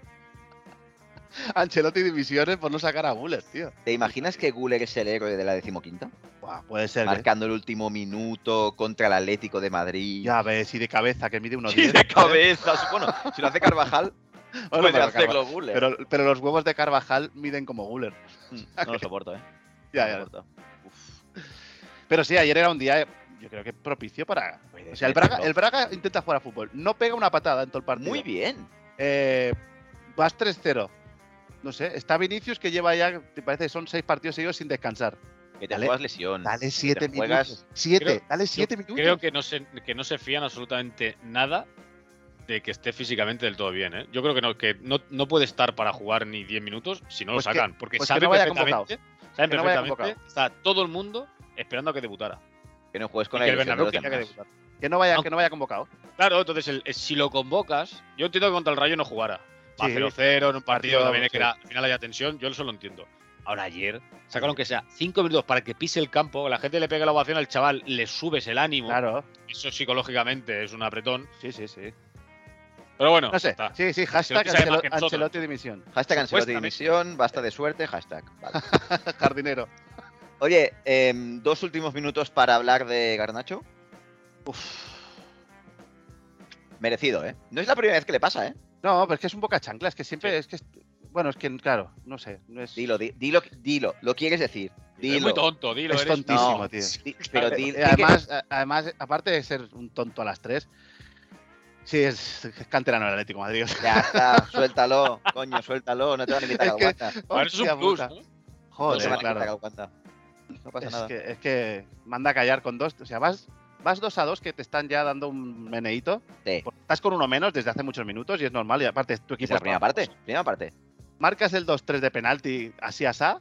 [SPEAKER 3] Ancelotti divisiones por no sacar a Müller, tío.
[SPEAKER 5] ¿Te imaginas que Guller es el héroe de la decimoquinta?
[SPEAKER 3] Buah, puede ser. ¿eh?
[SPEAKER 5] Marcando el último minuto contra el Atlético de Madrid.
[SPEAKER 3] Ya ves, y de cabeza que mide unos
[SPEAKER 5] Sí, de cabeza. [laughs] Bueno, si lo hace Carvajal,
[SPEAKER 3] [laughs] Bueno,
[SPEAKER 5] puede
[SPEAKER 3] pero
[SPEAKER 5] hacerlo Guller.
[SPEAKER 3] Pero, pero los huevos de Carvajal miden como Guller.
[SPEAKER 5] No [laughs] lo soporto, ¿eh?
[SPEAKER 3] Ya,
[SPEAKER 5] No
[SPEAKER 3] ya.
[SPEAKER 5] lo soporto.
[SPEAKER 3] Pero sí, ayer era un día, eh, yo creo que propicio para. O sea, el Braga, el Braga intenta jugar a fútbol, no pega una patada en todo el partido.
[SPEAKER 5] Muy bien.
[SPEAKER 3] Eh, vas 3-0. No sé, está Vinicius que lleva ya, te parece, que son seis partidos seguidos sin descansar.
[SPEAKER 5] Que te
[SPEAKER 3] Dale.
[SPEAKER 5] juegas lesión.
[SPEAKER 3] Dale siete
[SPEAKER 5] te Mm, juegas-
[SPEAKER 3] minutos. Siete,
[SPEAKER 2] Creo-
[SPEAKER 3] dale siete
[SPEAKER 2] Yo
[SPEAKER 3] minutos.
[SPEAKER 2] Creo que no, se, que no se fían absolutamente nada de que esté físicamente del todo bien. ¿eh? Yo creo que no, que no, no puede estar para jugar ni 10 minutos si no
[SPEAKER 3] Pues que-
[SPEAKER 2] lo sacan. porque
[SPEAKER 3] pues que
[SPEAKER 2] saben
[SPEAKER 3] no vaya
[SPEAKER 2] perfectamente, saben
[SPEAKER 3] Que no vaya
[SPEAKER 2] perfectamente, está todo el mundo esperando a que debutara.
[SPEAKER 5] Que no juegues con
[SPEAKER 2] Y
[SPEAKER 5] la
[SPEAKER 2] que el
[SPEAKER 5] ilusión de
[SPEAKER 2] Bernabéu
[SPEAKER 5] los
[SPEAKER 2] quería que
[SPEAKER 5] demás.
[SPEAKER 2] debutara.
[SPEAKER 3] Que no vaya,
[SPEAKER 2] Aunque-
[SPEAKER 3] que no vaya convocado.
[SPEAKER 2] Claro, entonces el- el- si lo convocas, yo entiendo que contra el Rayo no jugara. Va
[SPEAKER 3] Sí.
[SPEAKER 2] 0-0 en un partido
[SPEAKER 3] Partido,
[SPEAKER 2] también es
[SPEAKER 3] sí.
[SPEAKER 2] que era- al final haya tensión, yo eso lo entiendo. Ahora ayer sacaron que sea 5 minutos para que pise el campo, la gente le pega la ovación al chaval, le subes el ánimo,
[SPEAKER 3] Claro,
[SPEAKER 2] eso psicológicamente es un apretón.
[SPEAKER 3] sí, sí, sí.
[SPEAKER 2] Pero bueno,
[SPEAKER 3] No sé,
[SPEAKER 2] está.
[SPEAKER 3] sí, sí, hashtag
[SPEAKER 2] Ancelotti sabe más
[SPEAKER 3] Ancelo-
[SPEAKER 2] que nosotros.
[SPEAKER 3] Ancelotti dimisión.
[SPEAKER 5] Hashtag Ancelotti
[SPEAKER 2] Supuestamente.
[SPEAKER 5] dimisión, basta de suerte, hashtag. Vale. [laughs]
[SPEAKER 3] Jardinero.
[SPEAKER 5] Oye, em, dos últimos minutos para hablar de Garnacho. Merecido, ¿eh? No es la primera vez que le pasa, ¿eh?
[SPEAKER 3] No, pero es que es un boca chancla, es que siempre
[SPEAKER 2] Sí.
[SPEAKER 3] es que. es- Bueno, es que, claro, no sé. No es,
[SPEAKER 5] Dilo, di- dilo, dilo. Lo quieres decir.
[SPEAKER 2] Es muy
[SPEAKER 5] Dilo.
[SPEAKER 2] tonto, dilo.
[SPEAKER 3] es
[SPEAKER 2] eres-
[SPEAKER 3] tontísimo,
[SPEAKER 5] No.
[SPEAKER 3] tío.
[SPEAKER 5] Di- Pero
[SPEAKER 3] Eh,
[SPEAKER 5] di- di
[SPEAKER 3] además, a- además, aparte de ser un tonto a las tres, sí, es, es canterano del Atlético de Madrid. o sea,
[SPEAKER 5] [laughs] que- [laughs] Ya está, suéltalo, coño, suéltalo. No te van a quitar
[SPEAKER 3] Es
[SPEAKER 5] que
[SPEAKER 3] que-
[SPEAKER 5] aguanta.
[SPEAKER 2] Bueno, eso es
[SPEAKER 3] hostia
[SPEAKER 2] un plus,
[SPEAKER 3] puta.
[SPEAKER 2] ¿no?
[SPEAKER 5] No te
[SPEAKER 3] Joder,
[SPEAKER 5] van a quitar que
[SPEAKER 3] claro.
[SPEAKER 5] aguanta. No pasa
[SPEAKER 3] Es
[SPEAKER 5] nada.
[SPEAKER 3] que, es que manda a callar con dos. O sea, vas, vas dos a dos que te están ya dando un meneíto.
[SPEAKER 5] Sí.
[SPEAKER 3] porque Estás con uno menos desde hace muchos minutos y es normal. Y aparte, tu
[SPEAKER 5] Es
[SPEAKER 3] equipo
[SPEAKER 5] la
[SPEAKER 3] es
[SPEAKER 5] primera
[SPEAKER 3] bajo.
[SPEAKER 5] parte, primera parte.
[SPEAKER 3] Marcas el 2-3 de penalti así asá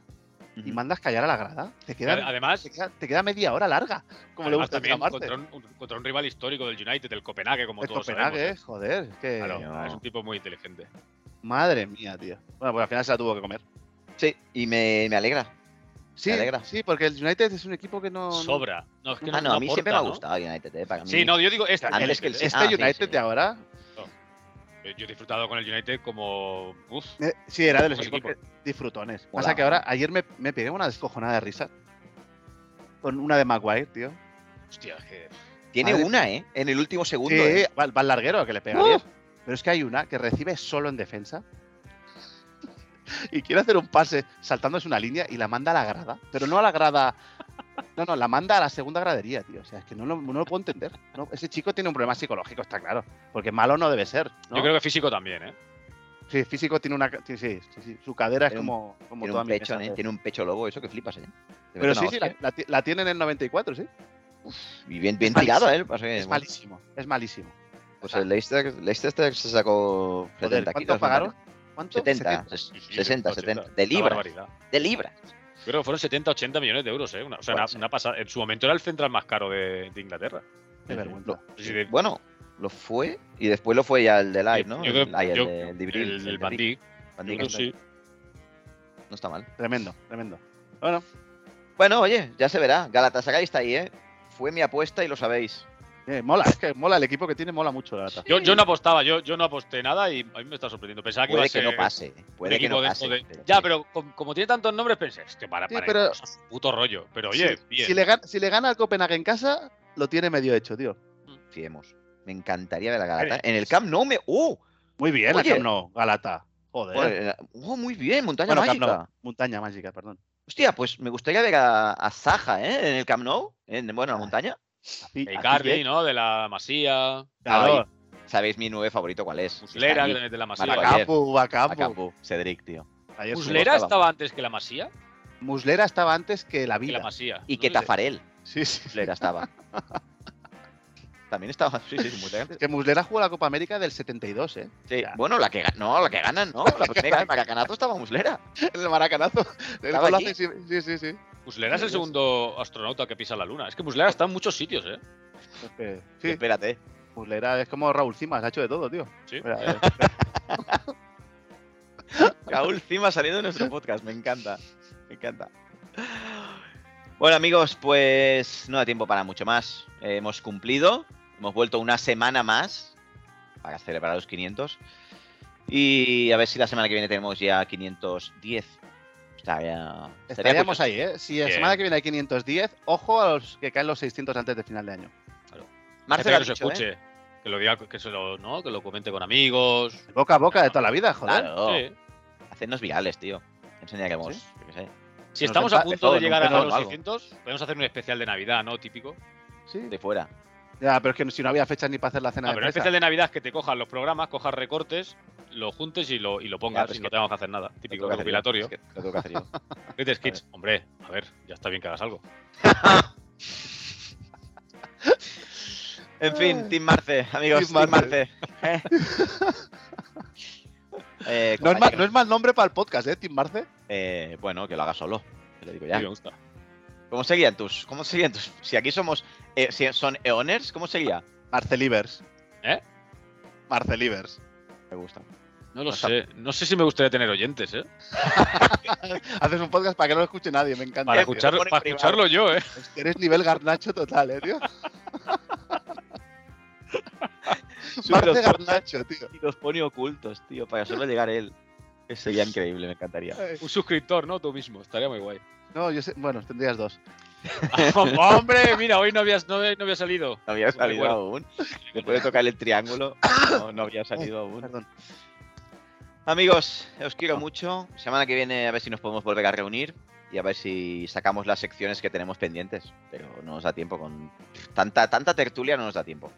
[SPEAKER 3] y
[SPEAKER 5] Ujú.
[SPEAKER 3] mandas callar a la grada. Te queda,
[SPEAKER 2] Además,
[SPEAKER 3] te queda, te queda media hora larga, como le
[SPEAKER 2] además
[SPEAKER 3] gusta
[SPEAKER 2] también
[SPEAKER 3] llamarte.
[SPEAKER 2] contra un, un- contra un rival histórico del United, del Copenhague, como
[SPEAKER 3] El
[SPEAKER 2] todos
[SPEAKER 3] Copenhague,
[SPEAKER 2] sabemos.
[SPEAKER 3] eh, joder. es que-
[SPEAKER 2] Claro,
[SPEAKER 5] Coño.
[SPEAKER 2] es un tipo muy inteligente.
[SPEAKER 3] Madre mía, tío. Bueno, pues al final se la tuvo que comer.
[SPEAKER 5] Sí, y me, me alegra.
[SPEAKER 3] Sí,
[SPEAKER 5] alegra.
[SPEAKER 3] sí, porque el United es un equipo que no. no-
[SPEAKER 2] Sobra. No, es que
[SPEAKER 5] Ah,
[SPEAKER 2] no,
[SPEAKER 5] no, a mí
[SPEAKER 2] aporta,
[SPEAKER 5] siempre me ha
[SPEAKER 2] ¿no?
[SPEAKER 5] gustado United, ¿eh? Para mí.
[SPEAKER 2] Sí, no, yo digo este.
[SPEAKER 5] Antes
[SPEAKER 2] United,
[SPEAKER 5] que el
[SPEAKER 2] ¿eh?
[SPEAKER 5] City.
[SPEAKER 3] Este
[SPEAKER 5] Ah, sí,
[SPEAKER 3] United
[SPEAKER 5] sí.
[SPEAKER 3] de ahora.
[SPEAKER 2] Yo he disfrutado con el United como. Uf,
[SPEAKER 3] eh, sí, era de los
[SPEAKER 2] Buen
[SPEAKER 3] equipos que- disfrutones.
[SPEAKER 5] Molaba.
[SPEAKER 3] Pasa que ahora, ayer me, me pegué una descojonada de risa. Con una de Maguire, tío.
[SPEAKER 2] hostia, que.
[SPEAKER 5] Tiene
[SPEAKER 3] Madre
[SPEAKER 5] una, ¿eh? En el último segundo.
[SPEAKER 3] sí,
[SPEAKER 5] ¿eh?
[SPEAKER 3] va, va el larguero que le pega. bien. Pero es que hay una que recibe solo en defensa. [laughs] y quiere hacer un pase saltándose una línea y la manda a la grada. Pero no a la grada. No, no, la manda a la segunda gradería, tío. O sea, es que no lo, no lo puedo entender. No, ese chico tiene un problema psicológico, está claro. Porque malo no debe ser. ¿no?
[SPEAKER 2] Yo creo que físico también, ¿eh?
[SPEAKER 3] Sí, físico tiene una. Sí, sí, sí, sí, Su cadera es
[SPEAKER 5] Tiene un-
[SPEAKER 3] como, como
[SPEAKER 5] Tiene
[SPEAKER 3] toda
[SPEAKER 5] un
[SPEAKER 3] mi
[SPEAKER 5] pecho,
[SPEAKER 3] mesa,
[SPEAKER 5] ¿eh?
[SPEAKER 3] tío.
[SPEAKER 5] Tiene un pecho lobo, eso que flipas, ¿eh? Te mete
[SPEAKER 3] Pero sí,
[SPEAKER 5] una
[SPEAKER 3] sí,
[SPEAKER 5] hostia.
[SPEAKER 3] la, la ti- la tienen en 94, sí.
[SPEAKER 5] Y bien, bien
[SPEAKER 3] malísimo.
[SPEAKER 5] tirado, ¿eh? Pasa que,
[SPEAKER 3] Es
[SPEAKER 5] bueno,
[SPEAKER 3] malísimo, es malísimo.
[SPEAKER 5] Pues el Leicester, Leicester se sacó 70
[SPEAKER 3] Joder,
[SPEAKER 5] kilos,
[SPEAKER 3] ¿Cuánto
[SPEAKER 5] ¿no?
[SPEAKER 3] pagaron? ¿Cuánto?
[SPEAKER 5] 70, ses-
[SPEAKER 2] Sí, sí,
[SPEAKER 5] 60,
[SPEAKER 2] 80,
[SPEAKER 5] 70. De
[SPEAKER 2] una
[SPEAKER 5] libras.
[SPEAKER 2] barbaridad.
[SPEAKER 5] De libras.
[SPEAKER 2] Yo creo que fueron 70, 80 millones de euros, ¿eh? Una, o sea,
[SPEAKER 5] Puede
[SPEAKER 2] una,
[SPEAKER 5] ser.
[SPEAKER 2] una pasada. En su momento era el central más caro de, de Inglaterra.
[SPEAKER 3] Qué vergüenza.
[SPEAKER 2] Sí, sí, de-
[SPEAKER 5] Bueno, lo fue y después lo fue ya el de Live,
[SPEAKER 2] yo-
[SPEAKER 5] ¿no?
[SPEAKER 2] yo creo-
[SPEAKER 5] el, ay, el
[SPEAKER 2] yo-
[SPEAKER 5] de- el de Ibril,
[SPEAKER 2] el
[SPEAKER 5] el de
[SPEAKER 2] Van
[SPEAKER 5] Vic,
[SPEAKER 2] Dijk,
[SPEAKER 5] Van
[SPEAKER 2] yo
[SPEAKER 5] Dijk,
[SPEAKER 2] creo que sí.
[SPEAKER 5] No está mal.
[SPEAKER 3] Tremendo, tremendo. Bueno,
[SPEAKER 5] Bueno, oye, ya se verá. Galatasaray está ahí, ¿eh? Fue mi apuesta y lo sabéis.
[SPEAKER 3] eh, mola, es que mola el equipo que tiene, mola mucho la verdad.
[SPEAKER 2] Yo, yo no apostaba, yo, yo no aposté nada y a mí me está sorprendiendo. Pensaba Ah, que iba
[SPEAKER 5] Puede
[SPEAKER 2] a
[SPEAKER 5] que
[SPEAKER 2] ser
[SPEAKER 5] no pase.
[SPEAKER 2] un
[SPEAKER 5] Puede que
[SPEAKER 2] equipo
[SPEAKER 5] no
[SPEAKER 2] de
[SPEAKER 5] pase.
[SPEAKER 2] esto de- Ya, pero com- como tiene tantos nombres, pensé, hostia, para,
[SPEAKER 3] Sí,
[SPEAKER 2] para
[SPEAKER 3] pero-
[SPEAKER 2] eso es un puto rollo. Pero oye,
[SPEAKER 3] si,
[SPEAKER 2] bien.
[SPEAKER 3] si le gana, si le gana al Copenhague en casa, lo tiene medio hecho, tío.
[SPEAKER 5] Fiemos. Me encantaría ver a Galatasaray. En el Camp No me. ¡Uh!
[SPEAKER 3] Muy bien, la
[SPEAKER 5] Oye.
[SPEAKER 3] Camp Nou, Galata. Joder.
[SPEAKER 5] Bueno, era- ¡Oh, muy bien! Montaña
[SPEAKER 3] Bueno, Camp
[SPEAKER 5] Mágica.
[SPEAKER 3] Nou, montaña mágica, perdón.
[SPEAKER 5] Hostia, pues me gustaría ver a, a Zaha, ¿eh? En el Camp Nou, en, bueno, en
[SPEAKER 2] Ah.
[SPEAKER 5] la montaña.
[SPEAKER 3] Así-
[SPEAKER 2] Y
[SPEAKER 3] así
[SPEAKER 2] Cardi,
[SPEAKER 3] es,
[SPEAKER 2] ¿no? De la Masía.
[SPEAKER 3] Claro,
[SPEAKER 5] Sabéis mi nueve favorito cuál es.
[SPEAKER 2] Muslera,
[SPEAKER 5] Está
[SPEAKER 2] de, de la Masía.
[SPEAKER 5] Maravilla.
[SPEAKER 3] Bacapu,
[SPEAKER 5] ahí,
[SPEAKER 3] Bacapu.
[SPEAKER 5] Acapú, Cedric, tío.
[SPEAKER 3] Ayer se
[SPEAKER 2] ¿Muslera
[SPEAKER 3] buscaba.
[SPEAKER 2] estaba antes que la Masía?
[SPEAKER 3] Muslera estaba antes que la
[SPEAKER 2] Que la
[SPEAKER 3] vida.
[SPEAKER 2] Masía.
[SPEAKER 5] Y
[SPEAKER 2] No
[SPEAKER 5] que
[SPEAKER 2] sé.
[SPEAKER 5] Tafarel,
[SPEAKER 3] Sí, sí.
[SPEAKER 5] Muslera estaba. También estaba. Sí, sí, sí, Muslera antes.
[SPEAKER 3] Que Muslera jugó la Copa América del 72, ¿eh?
[SPEAKER 5] Sí,
[SPEAKER 3] Ya.
[SPEAKER 5] Bueno, la que, ga- no, la que ganan, ¿no? [laughs] La primera para Canato estaba Muslera.
[SPEAKER 3] En el
[SPEAKER 5] [laughs]
[SPEAKER 3] maracanazo. El
[SPEAKER 5] Estaba
[SPEAKER 3] golazo,
[SPEAKER 5] allí.
[SPEAKER 3] sí, sí, sí. sí.
[SPEAKER 2] Muslera es el
[SPEAKER 3] Dios.
[SPEAKER 2] segundo astronauta que pisa la luna. Es que Muslera está en muchos sitios, ¿eh?
[SPEAKER 3] Es que-
[SPEAKER 5] Sí,
[SPEAKER 3] sí,
[SPEAKER 5] Espérate.
[SPEAKER 3] Muslera es como Raúl Cimas, ha hecho de todo, tío.
[SPEAKER 2] Sí.
[SPEAKER 3] Mira, eh,
[SPEAKER 5] Raúl Cima saliendo de nuestro podcast, me encanta. Me encanta. Bueno, amigos, pues no da tiempo para mucho más. Eh, hemos cumplido. Hemos vuelto una semana más para celebrar los 500. Y a ver si la semana que viene tenemos ya 510. Estaría, estaría
[SPEAKER 3] Estaríamos
[SPEAKER 5] curioso.
[SPEAKER 3] ahí, ¿eh? Si la
[SPEAKER 2] Bien.
[SPEAKER 3] semana que viene hay 510, ojo a los que caen los 600 antes de final de año.
[SPEAKER 5] Marce
[SPEAKER 2] Gente
[SPEAKER 5] lo
[SPEAKER 2] que
[SPEAKER 5] ha
[SPEAKER 2] nos
[SPEAKER 5] dicho, ¿eh?
[SPEAKER 2] escuche. Que lo diga, que se lo, ¿no? Que lo comente con amigos.
[SPEAKER 3] Boca a boca de toda la vida, joder.
[SPEAKER 5] Claro.
[SPEAKER 2] Sí.
[SPEAKER 5] Hacernos virales, tío. Enseñaremos. yo qué sé.
[SPEAKER 2] Si
[SPEAKER 3] Nos
[SPEAKER 2] estamos
[SPEAKER 3] empa-
[SPEAKER 2] a punto
[SPEAKER 5] todo,
[SPEAKER 2] de llegar a
[SPEAKER 5] nunca nos
[SPEAKER 2] los
[SPEAKER 5] algo.
[SPEAKER 2] 600, podemos hacer un especial de Navidad, ¿no? Típico.
[SPEAKER 3] Sí.
[SPEAKER 5] De fuera.
[SPEAKER 3] Ya, pero es que si no había fechas ni para hacer la cena
[SPEAKER 2] Ah,
[SPEAKER 3] de
[SPEAKER 2] pero un
[SPEAKER 3] empresa.
[SPEAKER 2] especial de Navidad es que te cojas los programas, cojas recortes, lo juntes y lo, y lo pongas
[SPEAKER 5] pero es
[SPEAKER 2] y
[SPEAKER 5] que-
[SPEAKER 2] no tengamos que hacer nada.
[SPEAKER 5] Lo
[SPEAKER 2] Típico
[SPEAKER 5] tengo que hacer yo,
[SPEAKER 2] recopilatorio.
[SPEAKER 5] es que lo tengo que hacer [laughs] yo.
[SPEAKER 2] Greatest Kids, hombre, a ver, ya está bien que hagas algo.
[SPEAKER 5] En fin, Team Marce, amigos, Team
[SPEAKER 3] Team
[SPEAKER 5] [laughs] Marce. Eh,
[SPEAKER 3] No es, mal,
[SPEAKER 5] compañero,
[SPEAKER 3] no es mal nombre para el podcast, ¿eh, Tim Marce?
[SPEAKER 5] eh, bueno, que lo haga solo. Te lo digo
[SPEAKER 2] Sí,
[SPEAKER 5] ya.
[SPEAKER 2] me gusta.
[SPEAKER 5] ¿Cómo serían tus? ¿Cómo serían tus? Si aquí somos. eh, si son Eoners, ¿cómo sería?
[SPEAKER 3] Marcelivers.
[SPEAKER 2] ¿Eh?
[SPEAKER 3] Marcelivers.
[SPEAKER 5] Me gusta.
[SPEAKER 2] No lo
[SPEAKER 5] Hasta-
[SPEAKER 2] sé. No sé si me gustaría tener oyentes, ¿eh?
[SPEAKER 3] Haces un podcast para que no lo escuche nadie, me encanta.
[SPEAKER 2] Para,
[SPEAKER 5] Eh,
[SPEAKER 3] tío.
[SPEAKER 2] escuchar-
[SPEAKER 5] lo pone
[SPEAKER 2] para
[SPEAKER 5] privado.
[SPEAKER 2] escucharlo yo, ¿eh?
[SPEAKER 3] Es que Eres nivel garnacho total, eh, tío. Marce garnacho, tío.
[SPEAKER 5] Y los pone ocultos, tío, para solo llegar él. Que sería increíble, me encantaría.
[SPEAKER 3] Ay.
[SPEAKER 2] Un suscriptor, ¿no? Tú mismo, estaría muy guay. [laughs]
[SPEAKER 3] No, yo sé, bueno, tendrías dos.
[SPEAKER 2] ¡Hombre! Mira, hoy no habías, no, había- no había salido.
[SPEAKER 5] No había salido
[SPEAKER 2] Bueno.
[SPEAKER 5] aún. Después de tocar el triángulo, no, no había salido aún.
[SPEAKER 3] Oh, Perdón. Ah.
[SPEAKER 5] Amigos, os quiero mucho. Semana que viene a ver si nos podemos volver a reunir y a ver si sacamos las secciones que tenemos pendientes. Pero no nos da tiempo con tanta tanta tertulia, no nos da tiempo.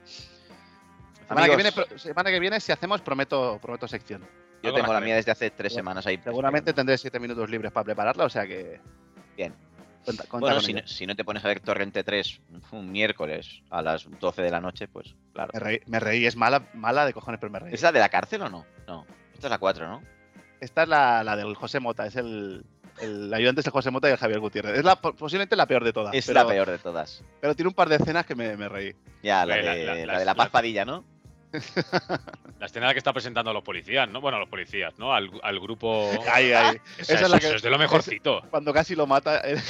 [SPEAKER 3] Semana que,
[SPEAKER 5] Amigos,
[SPEAKER 3] viene, pro- semana que viene, si hacemos, prometo, prometo sección.
[SPEAKER 5] yo tengo la mía desde hace tres semanas ahí.
[SPEAKER 3] Seguramente tendré siete minutos libres para prepararla, o sea que.
[SPEAKER 5] Bien.
[SPEAKER 3] Cuenta, cuenta
[SPEAKER 5] Bueno,
[SPEAKER 3] con
[SPEAKER 5] si
[SPEAKER 3] ello.
[SPEAKER 5] no, si no te pones a ver Torrente 3 un miércoles a las 12 de la noche, pues claro.
[SPEAKER 3] Me reí, me reí, es mala, mala de cojones, pero me reí.
[SPEAKER 5] ¿Es la de la cárcel o no? No. Esta es la 4, ¿no?
[SPEAKER 3] Esta es la, la del José Mota, es el, el ayudante es el José Mota y el Javier Gutiérrez. Es la, po- posiblemente la peor de todas.
[SPEAKER 5] es
[SPEAKER 3] Ah, pero,
[SPEAKER 5] la peor de todas.
[SPEAKER 3] Pero tiene un par de escenas que me, me reí.
[SPEAKER 5] Ya, la,
[SPEAKER 2] Eh, la-
[SPEAKER 5] de,
[SPEAKER 2] la-
[SPEAKER 5] la,
[SPEAKER 2] las-
[SPEAKER 5] de la paz
[SPEAKER 2] las-
[SPEAKER 5] Padilla, ¿no?
[SPEAKER 2] La escena en la que está presentando a los policías, ¿no? Bueno, a los policías, ¿no? Al, al grupo.
[SPEAKER 3] Ahí, ahí.
[SPEAKER 2] Esa-
[SPEAKER 3] esa es la
[SPEAKER 2] eso
[SPEAKER 3] que-
[SPEAKER 2] es de lo mejorcito.
[SPEAKER 3] Cuando casi lo mata el,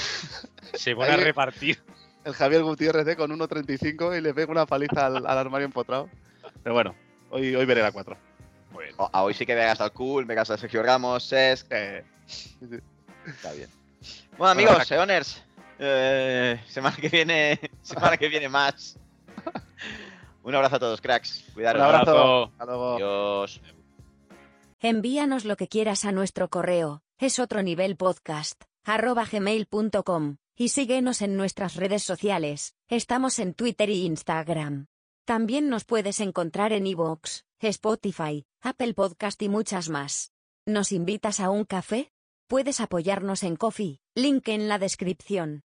[SPEAKER 2] Se pone a
[SPEAKER 3] Ahí-
[SPEAKER 2] repartir.
[SPEAKER 3] el Javier Gutiérrez eh, con 1.35 y le pega una paliza al, al armario empotrado. Pero bueno, hoy, hoy veré la 4.
[SPEAKER 2] Muy bien.
[SPEAKER 5] O- a hoy sí que me ha gastado cool, me ha gastado Sergio Ramos, Sesc,
[SPEAKER 3] Eh,
[SPEAKER 5] Está bien. Bueno, amigos, Seoners, eh, semana que viene, [laughs] semana que viene más. Un abrazo a todos, cracks. Cuidaros.
[SPEAKER 3] Un abrazo. hasta luego.
[SPEAKER 5] Adiós.
[SPEAKER 6] Envíanos lo que quieras a nuestro correo, es otro nivel podcast, arroba gmail.com, y síguenos en nuestras redes sociales, estamos en Twitter y Instagram. También nos puedes encontrar en iVoox, Spotify, Apple Podcast y muchas más. ¿Nos invitas a un café? Puedes apoyarnos en Coffee, link en la descripción.